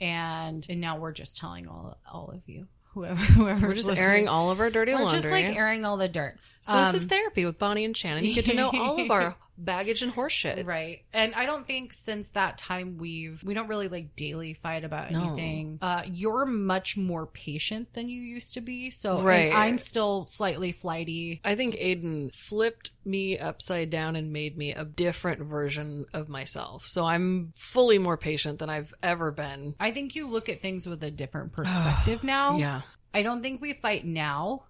[SPEAKER 2] and and now we're just telling all all of you whoever [LAUGHS] whoever
[SPEAKER 1] We're just airing all of our dirty
[SPEAKER 2] we're
[SPEAKER 1] laundry.
[SPEAKER 2] just like airing all the dirt
[SPEAKER 1] so this is
[SPEAKER 2] Um,
[SPEAKER 1] therapy with Bonnie and Shannon. You get to know all of
[SPEAKER 2] [LAUGHS]
[SPEAKER 1] our baggage and horseshit.
[SPEAKER 2] right and i don't think since that time we've we don't really like daily fight about
[SPEAKER 1] No.
[SPEAKER 2] anything uh you're much more patient than you used to be so and
[SPEAKER 1] Right.
[SPEAKER 2] i'm still slightly flighty
[SPEAKER 1] I think Aiden flipped me upside down and made me a different version of myself. So I'm fully more patient than I've ever been.
[SPEAKER 2] i think you look at things with a
[SPEAKER 1] [SIGHS]
[SPEAKER 2] different perspective now
[SPEAKER 1] Yeah.
[SPEAKER 2] I don't think we fight now,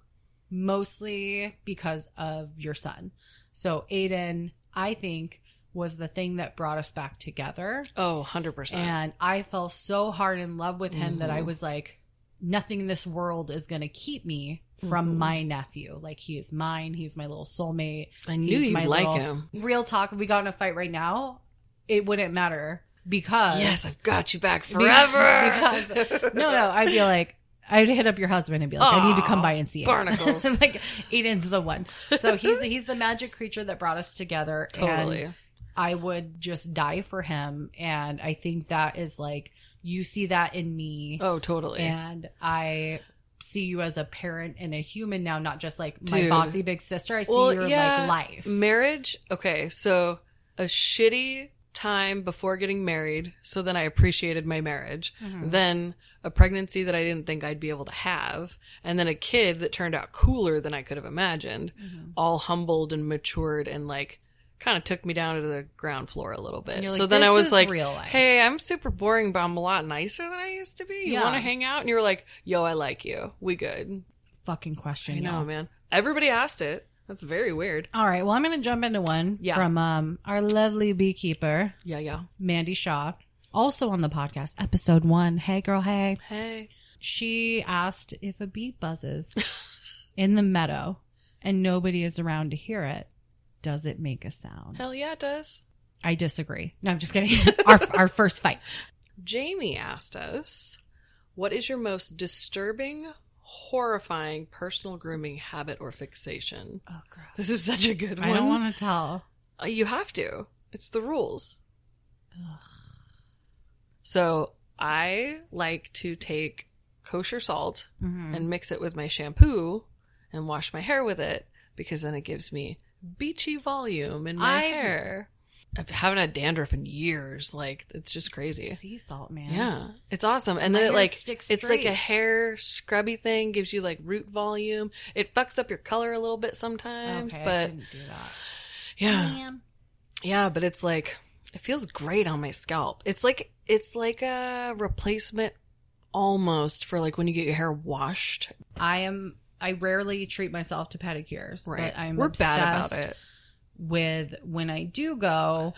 [SPEAKER 2] mostly because of your son. So Aiden, I think, was the thing that brought us back together.
[SPEAKER 1] Oh, 100%.
[SPEAKER 2] And I fell so hard in love with him that I
[SPEAKER 1] Mhm.
[SPEAKER 2] was like, nothing in this world is going to keep me from
[SPEAKER 1] Mhm.
[SPEAKER 2] my nephew. Like, he is mine. He's my little soulmate.
[SPEAKER 1] I knew
[SPEAKER 2] He's
[SPEAKER 1] you'd
[SPEAKER 2] my
[SPEAKER 1] like
[SPEAKER 2] little-
[SPEAKER 1] him.
[SPEAKER 2] Real talk, if we got in a fight right now, it wouldn't matter because.
[SPEAKER 1] Yes, I've got you
[SPEAKER 2] [LAUGHS]
[SPEAKER 1] back
[SPEAKER 2] Be-
[SPEAKER 1] forever.
[SPEAKER 2] because [LAUGHS] no, no, I'd be like, I'd hit up your husband and be like, I need to come
[SPEAKER 1] Aw,
[SPEAKER 2] by and see it.
[SPEAKER 1] barnacles.
[SPEAKER 2] [LAUGHS] like Aiden's the one. So he's he's the magic creature that brought us together.
[SPEAKER 1] totally.
[SPEAKER 2] And I would just die for him. And I think that is like you see that in me,
[SPEAKER 1] oh, totally.
[SPEAKER 2] and I see you as a parent and a human now, not just like my
[SPEAKER 1] Dude.
[SPEAKER 2] bossy big sister. I see
[SPEAKER 1] Well,
[SPEAKER 2] your
[SPEAKER 1] yeah.
[SPEAKER 2] like life.
[SPEAKER 1] Marriage. Okay, so a shitty time before getting married. So then I appreciated my marriage.
[SPEAKER 2] Mhm.
[SPEAKER 1] Then a pregnancy that I didn't think I'd be able to have, and then a kid that turned out cooler than I could have imagined.
[SPEAKER 2] Mhm.
[SPEAKER 1] All humbled and matured and like kind of took me down to the ground floor a little bit.
[SPEAKER 2] And you're
[SPEAKER 1] so
[SPEAKER 2] like,
[SPEAKER 1] then I
[SPEAKER 2] "This
[SPEAKER 1] was
[SPEAKER 2] is
[SPEAKER 1] like,
[SPEAKER 2] real life."
[SPEAKER 1] "Hey, I'm super boring, but I'm a lot nicer than I used to be. You
[SPEAKER 2] Yeah.
[SPEAKER 1] want to hang out?" And you were like, "Yo, I like you. We good."
[SPEAKER 2] fucking
[SPEAKER 1] I
[SPEAKER 2] question.
[SPEAKER 1] know,
[SPEAKER 2] y'all.
[SPEAKER 1] man. Everybody asked it. That's very weird.
[SPEAKER 2] All right. Well, I'm going to jump into one
[SPEAKER 1] Yeah.
[SPEAKER 2] from um, our lovely beekeeper,
[SPEAKER 1] Yeah, yeah.
[SPEAKER 2] Mandy Shaw, also on the podcast, episode one. Hey, girl, hey.
[SPEAKER 1] Hey.
[SPEAKER 2] She asked if a bee
[SPEAKER 1] [LAUGHS]
[SPEAKER 2] buzzes in the meadow and nobody is around to hear it, does it make a sound?
[SPEAKER 1] Hell yeah, it does.
[SPEAKER 2] I disagree. No, I'm
[SPEAKER 1] [LAUGHS]
[SPEAKER 2] just kidding. our, our first fight.
[SPEAKER 1] Jamie asked us, what is your most disturbing, horrifying personal grooming habit or fixation?
[SPEAKER 2] Oh, gross.
[SPEAKER 1] This is such a good one.
[SPEAKER 2] I don't want to tell.
[SPEAKER 1] Uh, you have to. It's the rules. So I like to take kosher salt
[SPEAKER 2] Mhm.
[SPEAKER 1] and mix it with my shampoo and wash my hair with it because then it gives me beachy volume in my
[SPEAKER 2] I-
[SPEAKER 1] hair. I haven't had dandruff in years. Like it's just crazy.
[SPEAKER 2] Sea salt, man.
[SPEAKER 1] Yeah, it's awesome. And
[SPEAKER 2] My
[SPEAKER 1] then it
[SPEAKER 2] hair
[SPEAKER 1] like
[SPEAKER 2] sticks
[SPEAKER 1] it's like a
[SPEAKER 2] straight.
[SPEAKER 1] hair scrubby thing. Gives you like root volume. It fucks up your color a little bit sometimes,
[SPEAKER 2] Okay, I
[SPEAKER 1] but
[SPEAKER 2] couldn't do that.
[SPEAKER 1] yeah.
[SPEAKER 2] Man.
[SPEAKER 1] Yeah, but it's like it feels great on my scalp. It's like it's like a replacement almost for like when you get your hair washed.
[SPEAKER 2] I am. I rarely treat myself to pedicures. But I'm
[SPEAKER 1] We're
[SPEAKER 2] obsessed
[SPEAKER 1] bad about it.
[SPEAKER 2] With when I do go,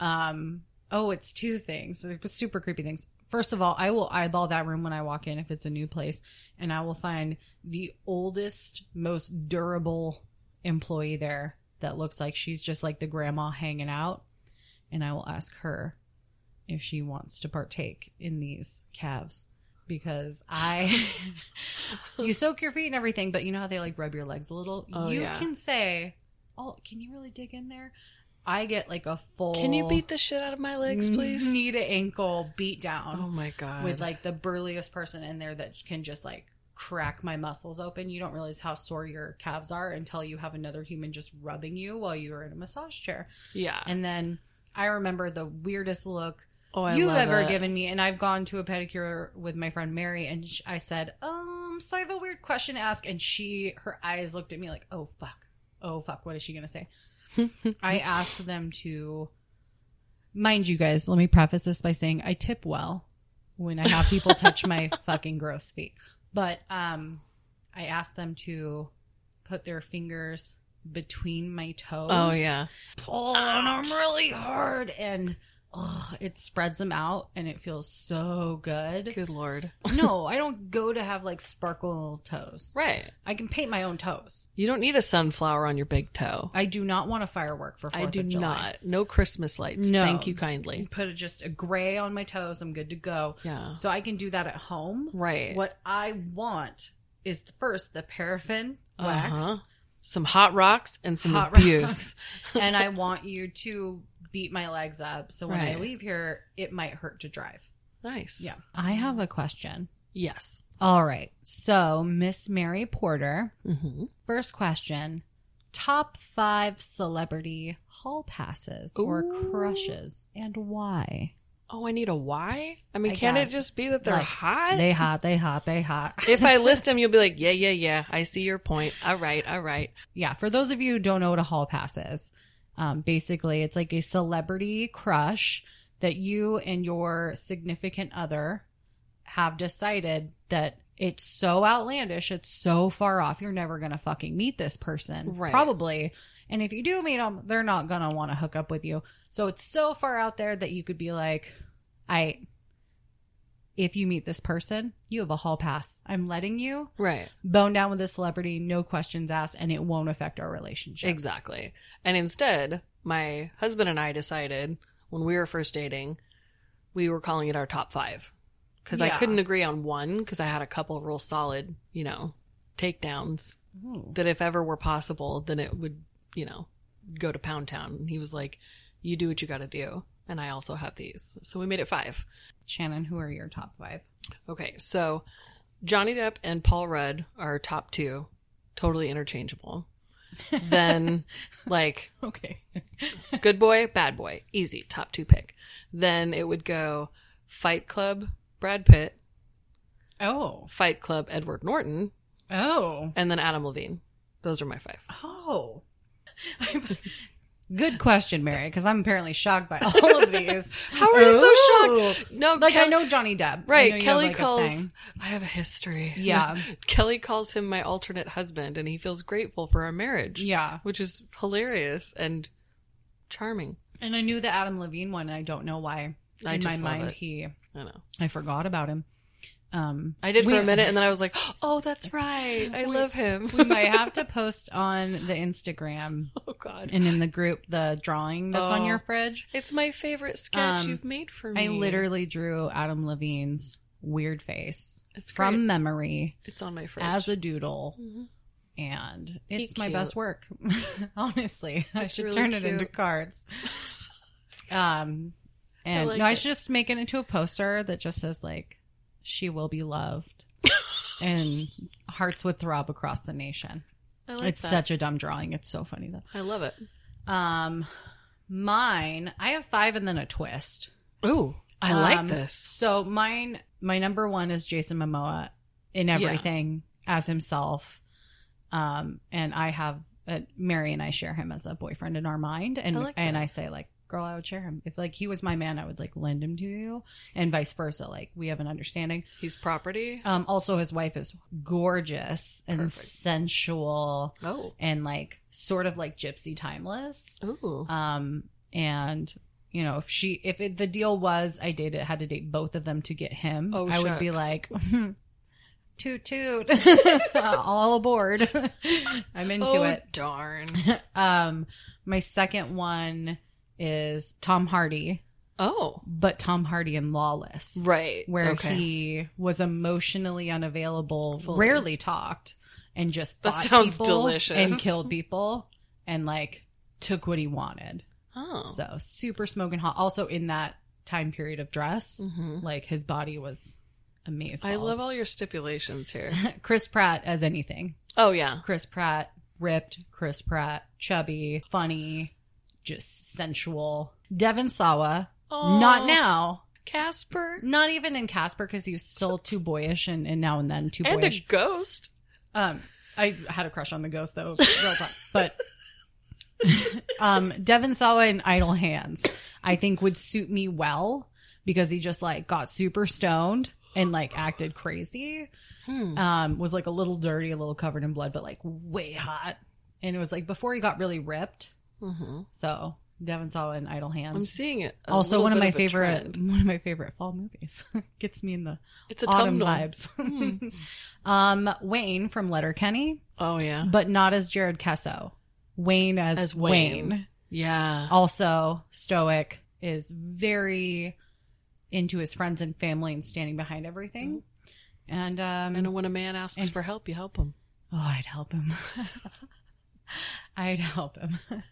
[SPEAKER 2] um, oh, it's two things. It's super creepy things. First of all, I will eyeball that room when I walk in if it's a new place, and I will find the oldest, most durable employee there that looks like she's just like the grandma hanging out, and I will ask her if she wants to partake in these calves because I [LAUGHS] you soak your feet and everything, but you know how they like rub your legs a little.
[SPEAKER 1] Oh,
[SPEAKER 2] you
[SPEAKER 1] yeah.
[SPEAKER 2] can say, "Oh, can you really dig in there?" I get like a full.
[SPEAKER 1] Can you beat the shit out of my legs,
[SPEAKER 2] [LAUGHS]
[SPEAKER 1] please?
[SPEAKER 2] Knee to ankle beat
[SPEAKER 1] Oh
[SPEAKER 2] down
[SPEAKER 1] my god.
[SPEAKER 2] Mm-hmm. with like the burliest person in there that can just like crack my muscles open. You don't realize how sore your calves are until you have another human just rubbing you while you are in a massage chair.
[SPEAKER 1] yeah.
[SPEAKER 2] And then I remember the weirdest look
[SPEAKER 1] oh, I
[SPEAKER 2] you've
[SPEAKER 1] love
[SPEAKER 2] ever
[SPEAKER 1] it.
[SPEAKER 2] given me, and I've gone to a pedicure with my friend Mary, and sh I said, "Um, so I have a weird question to ask," and she, her eyes looked at me like, "Oh fuck, oh fuck, what is she gonna
[SPEAKER 1] [LAUGHS]
[SPEAKER 2] say?" I asked them to, mind you, guys. Let me preface this by saying I tip well when I have people
[SPEAKER 1] [LAUGHS]
[SPEAKER 2] touch my fucking gross feet, but um, I asked them to put their fingers between my toes
[SPEAKER 1] Oh yeah.
[SPEAKER 2] pull on them Oh, really hard and ugh, it spreads them out and it feels so
[SPEAKER 1] [LAUGHS]
[SPEAKER 2] good.
[SPEAKER 1] Good lord.
[SPEAKER 2] no, I don't go to have like sparkle toes.
[SPEAKER 1] Right.
[SPEAKER 2] I can paint my own toes.
[SPEAKER 1] You don't need a sunflower on your big toe.
[SPEAKER 2] I do not want a firework for 4th
[SPEAKER 1] I do
[SPEAKER 2] of July.
[SPEAKER 1] not. No Christmas lights.
[SPEAKER 2] No.
[SPEAKER 1] Thank you kindly.
[SPEAKER 2] Put a, just a gray on my toes. I'm good to go.
[SPEAKER 1] Yeah.
[SPEAKER 2] So I can do that at home.
[SPEAKER 1] Right.
[SPEAKER 2] What I want is first the paraffin wax.
[SPEAKER 1] [LAUGHS] Uh-huh. Some hot rocks and some
[SPEAKER 2] Hot
[SPEAKER 1] abuse.
[SPEAKER 2] rocks. and I want you to beat my legs up. So when I
[SPEAKER 1] Right.
[SPEAKER 2] leave here, it might hurt to drive.
[SPEAKER 1] [LAUGHS] Nice.
[SPEAKER 2] Yeah. I have a question.
[SPEAKER 1] Yes.
[SPEAKER 2] All right. So, Miss Mary Porter,
[SPEAKER 1] Mm-hmm.
[SPEAKER 2] first question Top five celebrity hall passes or
[SPEAKER 1] Ooh.
[SPEAKER 2] crushes and why?
[SPEAKER 1] Oh, I need a why? I mean,
[SPEAKER 2] I
[SPEAKER 1] can
[SPEAKER 2] guess.
[SPEAKER 1] it just be that they're
[SPEAKER 2] Like,
[SPEAKER 1] hot?
[SPEAKER 2] They hot, they hot, they hot.
[SPEAKER 1] [LAUGHS] if I list them, you'll be like, yeah, yeah, yeah. I see your point. All right, all right.
[SPEAKER 2] yeah, for those of you who don't know what a hall pass is, um, basically it's like a celebrity crush that you and your significant other have decided that it's so outlandish, it's so far off, you're never gonna fucking meet this person,
[SPEAKER 1] Right.
[SPEAKER 2] probably. And if you do meet them, they're not gonna want to hook up with you. So it's so far out there that you could be like, I. If you meet this person, you have a hall pass. I'm letting you
[SPEAKER 1] Right.
[SPEAKER 2] bone down with a celebrity, no questions asked, and it won't affect our relationship.
[SPEAKER 1] Exactly. And instead, my husband and I decided when we were first dating, we were calling it our top five because I
[SPEAKER 2] Yeah.
[SPEAKER 1] couldn't agree on one because I had a couple real solid, you know, takedowns
[SPEAKER 2] Ooh.
[SPEAKER 1] that if ever were possible, then it would, you know, go to Pound Town. And he was like, you do what you got to do. And I also have these. So we made it five.
[SPEAKER 2] Shannon, who are your top five?
[SPEAKER 1] Okay, so Johnny Depp and Paul Rudd are top two, totally
[SPEAKER 2] [LAUGHS]
[SPEAKER 1] interchangeable. then, like,
[SPEAKER 2] Okay.
[SPEAKER 1] good boy, bad boy, easy, top two pick. Then it would go Fight Club, Brad Pitt,
[SPEAKER 2] [LAUGHS] Oh.
[SPEAKER 1] Fight Club, Edward Norton,
[SPEAKER 2] Oh.
[SPEAKER 1] and then Adam Levine. Those are my five.
[SPEAKER 2] Oh. [LAUGHS] Good question, Mary, because I'm apparently shocked by all [LAUGHS] of these.
[SPEAKER 1] How are you so shocked? No,
[SPEAKER 2] Like I
[SPEAKER 1] Kel-
[SPEAKER 2] know Johnny Depp, I know
[SPEAKER 1] Right,
[SPEAKER 2] you have,
[SPEAKER 1] Kelly
[SPEAKER 2] like, a
[SPEAKER 1] calls.
[SPEAKER 2] thing.
[SPEAKER 1] I have a history.
[SPEAKER 2] Yeah.
[SPEAKER 1] [LAUGHS] Kelly calls him my alternate husband, and he feels grateful for our marriage.
[SPEAKER 2] Yeah,
[SPEAKER 1] which is hilarious and charming.
[SPEAKER 2] and I knew the Adam Levine one. and I don't know why. In
[SPEAKER 1] I just
[SPEAKER 2] my
[SPEAKER 1] love
[SPEAKER 2] mind,
[SPEAKER 1] it.
[SPEAKER 2] he
[SPEAKER 1] I know.
[SPEAKER 2] I forgot about him. Um,
[SPEAKER 1] I did for
[SPEAKER 2] we-
[SPEAKER 1] a minute, and then I was like, [GASPS] "Oh, that's right. I
[SPEAKER 2] We-
[SPEAKER 1] love him."
[SPEAKER 2] [LAUGHS] we might have to post on the Instagram
[SPEAKER 1] [LAUGHS] oh [LAUGHS] God,
[SPEAKER 2] and in the group the drawing that's on
[SPEAKER 1] Oh.
[SPEAKER 2] your fridge.
[SPEAKER 1] it's my favorite sketch
[SPEAKER 2] Um,
[SPEAKER 1] you've made for me.
[SPEAKER 2] I literally drew Adam Levine's weird face
[SPEAKER 1] It's
[SPEAKER 2] from
[SPEAKER 1] great.
[SPEAKER 2] memory
[SPEAKER 1] it's on my fridge.
[SPEAKER 2] as a doodle,
[SPEAKER 1] Mhm.
[SPEAKER 2] and
[SPEAKER 1] He
[SPEAKER 2] it's my
[SPEAKER 1] cute.
[SPEAKER 2] best work. [LAUGHS] Honestly, I
[SPEAKER 1] It's
[SPEAKER 2] should
[SPEAKER 1] really
[SPEAKER 2] turn it into
[SPEAKER 1] cute.
[SPEAKER 2] cards. Um, and
[SPEAKER 1] like
[SPEAKER 2] no, I
[SPEAKER 1] it.
[SPEAKER 2] should just make it into a poster that just says like, "She will
[SPEAKER 1] [LAUGHS]
[SPEAKER 2] be loved," and hearts would throb across the nation.
[SPEAKER 1] I like
[SPEAKER 2] it's
[SPEAKER 1] that.
[SPEAKER 2] such a dumb drawing. It's so funny though.
[SPEAKER 1] I love it.
[SPEAKER 2] Um, mine, I have five and then a twist.
[SPEAKER 1] Ooh, I like
[SPEAKER 2] Um,
[SPEAKER 1] this.
[SPEAKER 2] So mine, my number one is Jason Momoa in
[SPEAKER 1] Yeah.
[SPEAKER 2] everything as himself. Um, and I have uh, Mary and I share him as a boyfriend in our mind, and
[SPEAKER 1] I like
[SPEAKER 2] and
[SPEAKER 1] that.
[SPEAKER 2] I say like, girl, I would share him if like he was my man, I would like lend him to you, and vice versa. Like we have an understanding.
[SPEAKER 1] He's property.
[SPEAKER 2] Um, also his wife is gorgeous and
[SPEAKER 1] Perfect.
[SPEAKER 2] sensual
[SPEAKER 1] Oh,
[SPEAKER 2] and like sort of like gypsy timeless.
[SPEAKER 1] ooh,
[SPEAKER 2] Um, and you know, if she, if it, the deal was I dated, had to date both of them to get him,
[SPEAKER 1] Oh,
[SPEAKER 2] I would be
[SPEAKER 1] shucks.
[SPEAKER 2] like, [LAUGHS] toot toot, [LAUGHS] all aboard. [LAUGHS] I'm into
[SPEAKER 1] oh,
[SPEAKER 2] it.
[SPEAKER 1] [LAUGHS] Darn.
[SPEAKER 2] Um, my second one is Tom Hardy,
[SPEAKER 1] Oh,
[SPEAKER 2] but Tom Hardy and Lawless,
[SPEAKER 1] right.
[SPEAKER 2] Where
[SPEAKER 1] okay.
[SPEAKER 2] he was emotionally unavailable,
[SPEAKER 1] Fully.
[SPEAKER 2] rarely talked, and just
[SPEAKER 1] That
[SPEAKER 2] fought
[SPEAKER 1] sounds
[SPEAKER 2] people
[SPEAKER 1] delicious.
[SPEAKER 2] and killed people and like took what he wanted.
[SPEAKER 1] Oh.
[SPEAKER 2] So super smoking hot. Also in that time period of dress,
[SPEAKER 1] Mhm.
[SPEAKER 2] like his body was amazing.
[SPEAKER 1] I love all your stipulations [LAUGHS] here.
[SPEAKER 2] [LAUGHS] Chris Pratt as anything.
[SPEAKER 1] Oh yeah.
[SPEAKER 2] Chris Pratt, ripped. Chris Pratt, chubby, funny, just sensual. Devin Sawa,
[SPEAKER 1] Oh,
[SPEAKER 2] not now.
[SPEAKER 1] Casper
[SPEAKER 2] Not even in Casper because he was still too boyish and, and now and then too
[SPEAKER 1] and a
[SPEAKER 2] boyish.
[SPEAKER 1] ghost.
[SPEAKER 2] Um, I had a crush on the ghost though, real time. But [LAUGHS] um, Devin Sawa in Idle Hands, I think would suit me well because he just like got super stoned and like acted crazy.
[SPEAKER 1] Hmm.
[SPEAKER 2] Um, was like a little dirty, a little covered in blood, but like way hot. And it was like before he got really ripped.
[SPEAKER 1] Mm-hmm.
[SPEAKER 2] So Devin Sawa in Idle Hands.
[SPEAKER 1] I'm seeing it. a
[SPEAKER 2] also,
[SPEAKER 1] little
[SPEAKER 2] one of
[SPEAKER 1] bit
[SPEAKER 2] my
[SPEAKER 1] a
[SPEAKER 2] favorite,
[SPEAKER 1] trend.
[SPEAKER 2] one of my favorite fall movies. [LAUGHS] Gets me in the
[SPEAKER 1] It's
[SPEAKER 2] autumn
[SPEAKER 1] autumnal.
[SPEAKER 2] vibes.
[SPEAKER 1] Hmm.
[SPEAKER 2] [LAUGHS] um, Wayne from Letterkenny
[SPEAKER 1] Oh yeah,
[SPEAKER 2] but not as Jared Kesso. Wayne as,
[SPEAKER 1] As
[SPEAKER 2] Wayne.
[SPEAKER 1] Wayne. yeah.
[SPEAKER 2] Also, Stoic is very into his friends and family and standing behind everything. And um
[SPEAKER 1] And when a man asks
[SPEAKER 2] And-
[SPEAKER 1] for help, you help him.
[SPEAKER 2] oh, I'd help him. [LAUGHS] I'd help him. [LAUGHS]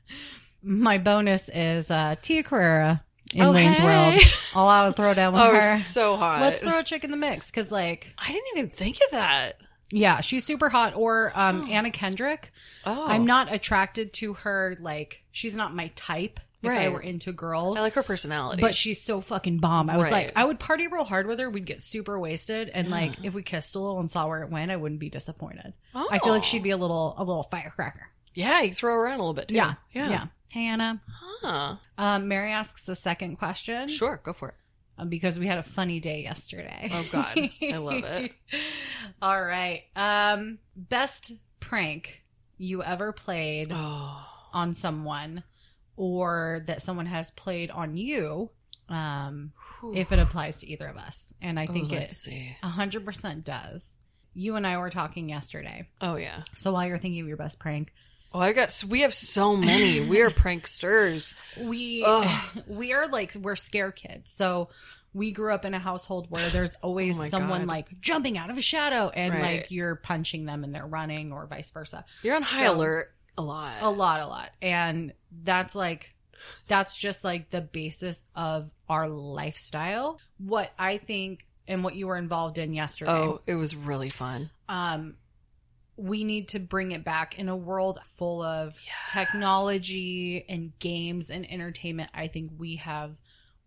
[SPEAKER 2] My bonus is uh Tia Carrera in
[SPEAKER 1] Oh,
[SPEAKER 2] Wayne's
[SPEAKER 1] hey.
[SPEAKER 2] World. All I would throw down with
[SPEAKER 1] [LAUGHS] Oh,
[SPEAKER 2] her.
[SPEAKER 1] so hot.
[SPEAKER 2] Let's throw a chick in the mix because, like,
[SPEAKER 1] I didn't even think of that.
[SPEAKER 2] yeah, she's super hot. Or um,
[SPEAKER 1] Oh.
[SPEAKER 2] Anna Kendrick.
[SPEAKER 1] Oh,
[SPEAKER 2] I'm not attracted to her. Like she's not my type. If I
[SPEAKER 1] Right.
[SPEAKER 2] were into girls,
[SPEAKER 1] I like her personality,
[SPEAKER 2] but she's so fucking bomb. I was
[SPEAKER 1] Right.
[SPEAKER 2] like, I would party real hard with her. We'd get super wasted, and
[SPEAKER 1] Yeah.
[SPEAKER 2] like if we kissed a little and saw where it went, I wouldn't be disappointed.
[SPEAKER 1] oh.
[SPEAKER 2] I feel like she'd be a little a little firecracker.
[SPEAKER 1] Yeah, you throw around a little bit too.
[SPEAKER 2] Yeah,
[SPEAKER 1] yeah.
[SPEAKER 2] Hey Anna.
[SPEAKER 1] Huh.
[SPEAKER 2] Um, Mary asks the second question.
[SPEAKER 1] Sure, go for it.
[SPEAKER 2] uh, Because we had a funny day yesterday.
[SPEAKER 1] Oh, God. I love it.
[SPEAKER 2] [LAUGHS] All right. Um, best prank you ever played
[SPEAKER 1] Oh,
[SPEAKER 2] on someone or that someone has played on you um, if it applies to either of us. And I think
[SPEAKER 1] Oh, let's
[SPEAKER 2] it
[SPEAKER 1] see.
[SPEAKER 2] 100% does. You and I were talking yesterday.
[SPEAKER 1] Oh yeah.
[SPEAKER 2] So while you're thinking of your best prank,
[SPEAKER 1] Oh, I got. s- We have
[SPEAKER 2] [LAUGHS]
[SPEAKER 1] so many. We are pranksters.
[SPEAKER 2] we
[SPEAKER 1] Ugh.
[SPEAKER 2] [LAUGHS] we are like we're scare kids. So we grew up in a household where there's always
[SPEAKER 1] Oh my
[SPEAKER 2] someone
[SPEAKER 1] God.
[SPEAKER 2] like jumping out of a shadow and
[SPEAKER 1] Right.
[SPEAKER 2] like you're punching them and they're running or vice versa.
[SPEAKER 1] You're on high
[SPEAKER 2] So-
[SPEAKER 1] alert a lot.
[SPEAKER 2] a lot a lot and that's like that's just like the basis of our lifestyle what i think and what you were involved in yesterday
[SPEAKER 1] Oh, it was really fun.
[SPEAKER 2] um we need to bring it back in a world full of technology and games and entertainment i think we have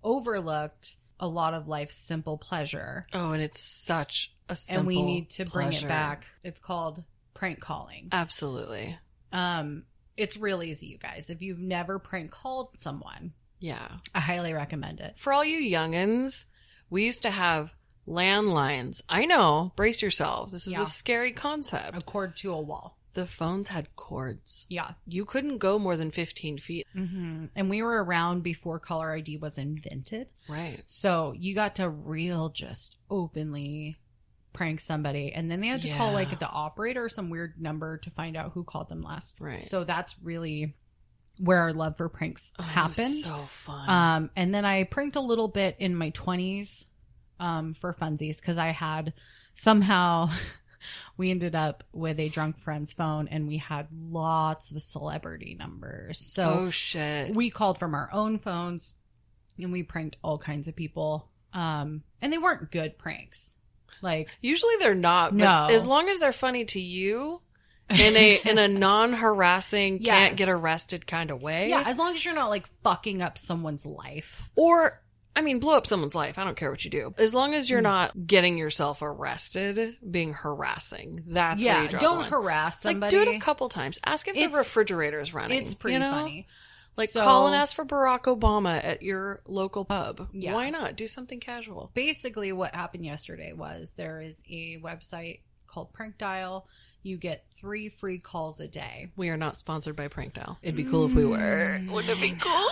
[SPEAKER 2] overlooked a lot of life's simple pleasure
[SPEAKER 1] Oh, and it's such a simple.
[SPEAKER 2] and we need to bring
[SPEAKER 1] pleasure. Uh,
[SPEAKER 2] it back it's called prank calling
[SPEAKER 1] Absolutely.
[SPEAKER 2] um It's real easy, you guys. If you've never prank called someone,
[SPEAKER 1] Yeah.
[SPEAKER 2] I highly recommend it.
[SPEAKER 1] For all you youngins, we used to have landlines. I know, brace yourself. This is
[SPEAKER 2] Yeah.
[SPEAKER 1] a scary concept.
[SPEAKER 2] A cord to a wall.
[SPEAKER 1] The phones had cords.
[SPEAKER 2] Yeah.
[SPEAKER 1] You couldn't go more than 15 feet.
[SPEAKER 2] hmm And we were around before caller ID was invented.
[SPEAKER 1] Right.
[SPEAKER 2] So you got to real just openly prank somebody. And then they had to call
[SPEAKER 1] Yeah.
[SPEAKER 2] like the operator or some weird number to find out who called them last.
[SPEAKER 1] Right.
[SPEAKER 2] So that's really where our love for pranks
[SPEAKER 1] Oh, it was
[SPEAKER 2] happened.
[SPEAKER 1] So fun.
[SPEAKER 2] Um, and then I pranked a little bit in my 20s um, for funsies because I had somehow [LAUGHS] we ended up with a drunk friend's phone and we had lots of celebrity numbers. So
[SPEAKER 1] oh, shit.
[SPEAKER 2] we called from our own phones and we pranked all kinds of people. Um, and they weren't good pranks. Like,
[SPEAKER 1] Usually they're not. But
[SPEAKER 2] No.
[SPEAKER 1] as long as they're funny to you in a in
[SPEAKER 2] [LAUGHS]
[SPEAKER 1] a non harassing, can't
[SPEAKER 2] Yes.
[SPEAKER 1] get arrested kind of way.
[SPEAKER 2] yeah, as long as you're not like fucking up someone's life.
[SPEAKER 1] or I mean, blow up someone's life. I don't care what you do. As long as you're
[SPEAKER 2] Hmm.
[SPEAKER 1] not getting yourself arrested, being harassing. That's where
[SPEAKER 2] yeah,
[SPEAKER 1] you draw the
[SPEAKER 2] don't
[SPEAKER 1] line.
[SPEAKER 2] harass
[SPEAKER 1] Like
[SPEAKER 2] somebody.
[SPEAKER 1] do it a couple times. Ask if
[SPEAKER 2] It's-
[SPEAKER 1] the refrigerator's running.
[SPEAKER 2] it's pretty
[SPEAKER 1] you know?
[SPEAKER 2] funny.
[SPEAKER 1] Like
[SPEAKER 2] So-
[SPEAKER 1] call and ask for Barack Obama at your local pub.
[SPEAKER 2] Yeah.
[SPEAKER 1] Why not do something casual?
[SPEAKER 2] basically what happened yesterday was there is a website called prank dial you get three free calls a day
[SPEAKER 1] We are not sponsored by Prank Dial. It'd be cool if we were. Wouldn't it be cool?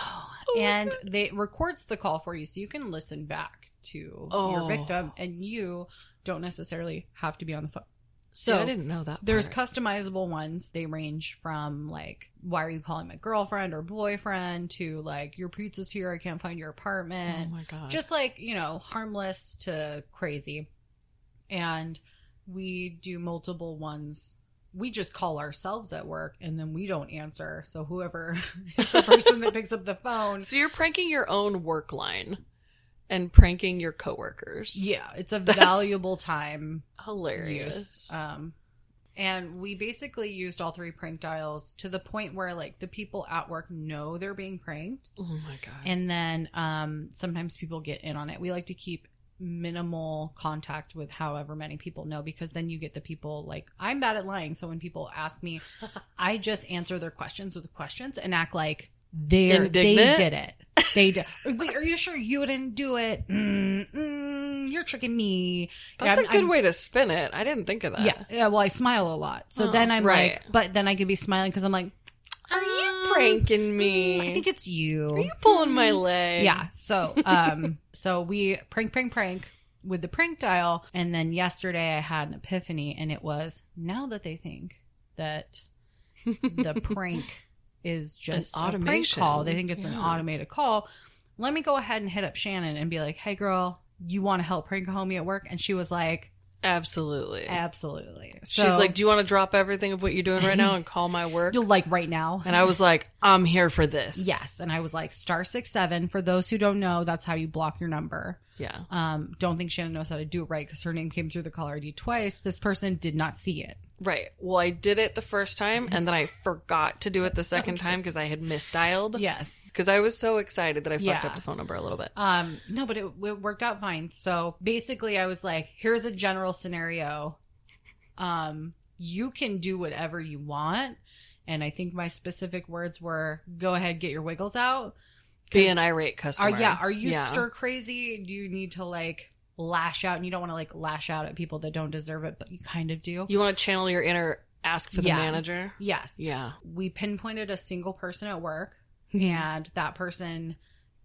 [SPEAKER 2] Mm. [GASPS] and they it records the call for you so you can listen back to
[SPEAKER 1] Oh.
[SPEAKER 2] your victim and you don't necessarily have to be on the phone
[SPEAKER 1] So
[SPEAKER 2] so
[SPEAKER 1] I didn't know that.
[SPEAKER 2] there's
[SPEAKER 1] part.
[SPEAKER 2] customizable ones they range from like why are you calling my girlfriend or boyfriend to like your pizza's here i can't find your apartment
[SPEAKER 1] Oh my god.
[SPEAKER 2] just like you know harmless to crazy and we do multiple ones we just call ourselves at work and then we don't answer so whoever [LAUGHS] is the person that picks up
[SPEAKER 1] [LAUGHS]
[SPEAKER 2] the phone
[SPEAKER 1] So you're pranking your own work line and pranking your coworkers.
[SPEAKER 2] yeah it's a
[SPEAKER 1] That's
[SPEAKER 2] valuable time
[SPEAKER 1] Hilarious.
[SPEAKER 2] use um and we basically used all three prank dials to the point where like the people at work know they're being pranked
[SPEAKER 1] oh my god.
[SPEAKER 2] and then um, sometimes people get in on it. We like to keep minimal contact with however many people know because then you get the people like I'm bad at lying, so when people
[SPEAKER 1] [LAUGHS]
[SPEAKER 2] ask me, I just answer their questions with questions and act like they're
[SPEAKER 1] Indignant?
[SPEAKER 2] they did it. They did. Wait, are you sure you didn't do it? Mm, mm, you're tricking me.
[SPEAKER 1] That's
[SPEAKER 2] I'm-
[SPEAKER 1] a good
[SPEAKER 2] I'm-
[SPEAKER 1] way to spin it. I didn't think of that.
[SPEAKER 2] Yeah, yeah. Well, I smile a lot, so
[SPEAKER 1] Oh,
[SPEAKER 2] then I'm
[SPEAKER 1] right.
[SPEAKER 2] like, but then I could be smiling because I'm like,
[SPEAKER 1] Are you
[SPEAKER 2] um,
[SPEAKER 1] pranking me?
[SPEAKER 2] mm, I think it's you.
[SPEAKER 1] Are you pulling my leg?
[SPEAKER 2] Yeah. So, um, [LAUGHS] so we prank, prank, prank with the prank dial. And then yesterday I had an epiphany and it was now that they think that
[SPEAKER 1] [LAUGHS]
[SPEAKER 2] the prank is just a prank
[SPEAKER 1] automation.
[SPEAKER 2] call, they think it's an
[SPEAKER 1] Yeah.
[SPEAKER 2] automated call. Let me go ahead and hit up Shannon and be like, hey, girl, you want to help prank homie at work? And she was like,
[SPEAKER 1] Absolutely.
[SPEAKER 2] absolutely.
[SPEAKER 1] Uh, She's
[SPEAKER 2] So-
[SPEAKER 1] like, Do you want to drop everything of what you're doing right now and call my work?
[SPEAKER 2] like right now.
[SPEAKER 1] and I was like, I'm here for this.
[SPEAKER 2] yes. And I was like, star six, seven. For those who don't know, that's how you block your number.
[SPEAKER 1] Yeah.
[SPEAKER 2] Um, don't think Shannon knows how to do it right because her name came through the caller ID twice. This person did not see it.
[SPEAKER 1] Right. Well, I did it the first time and then I forgot to do it the second time because I had misdialed.
[SPEAKER 2] Yes.
[SPEAKER 1] Because I was so excited that I fucked
[SPEAKER 2] Yeah.
[SPEAKER 1] up the phone number a little bit.
[SPEAKER 2] Um, no, but it, it worked out fine. So basically, I was like, here's a general scenario. Um, you can do whatever you want. And I think my specific words were go ahead, get your wiggles out.
[SPEAKER 1] Be an irate customer.
[SPEAKER 2] Are, yeah. Are you
[SPEAKER 1] Yeah.
[SPEAKER 2] stir crazy? Do you need to like lash out? And you don't want to like lash out at people that don't deserve it, but you kind of do.
[SPEAKER 1] You want to channel your inner ask for the
[SPEAKER 2] Yeah.
[SPEAKER 1] manager?
[SPEAKER 2] yes.
[SPEAKER 1] Yeah.
[SPEAKER 2] we pinpointed a single person at work
[SPEAKER 1] Mhm.
[SPEAKER 2] and that person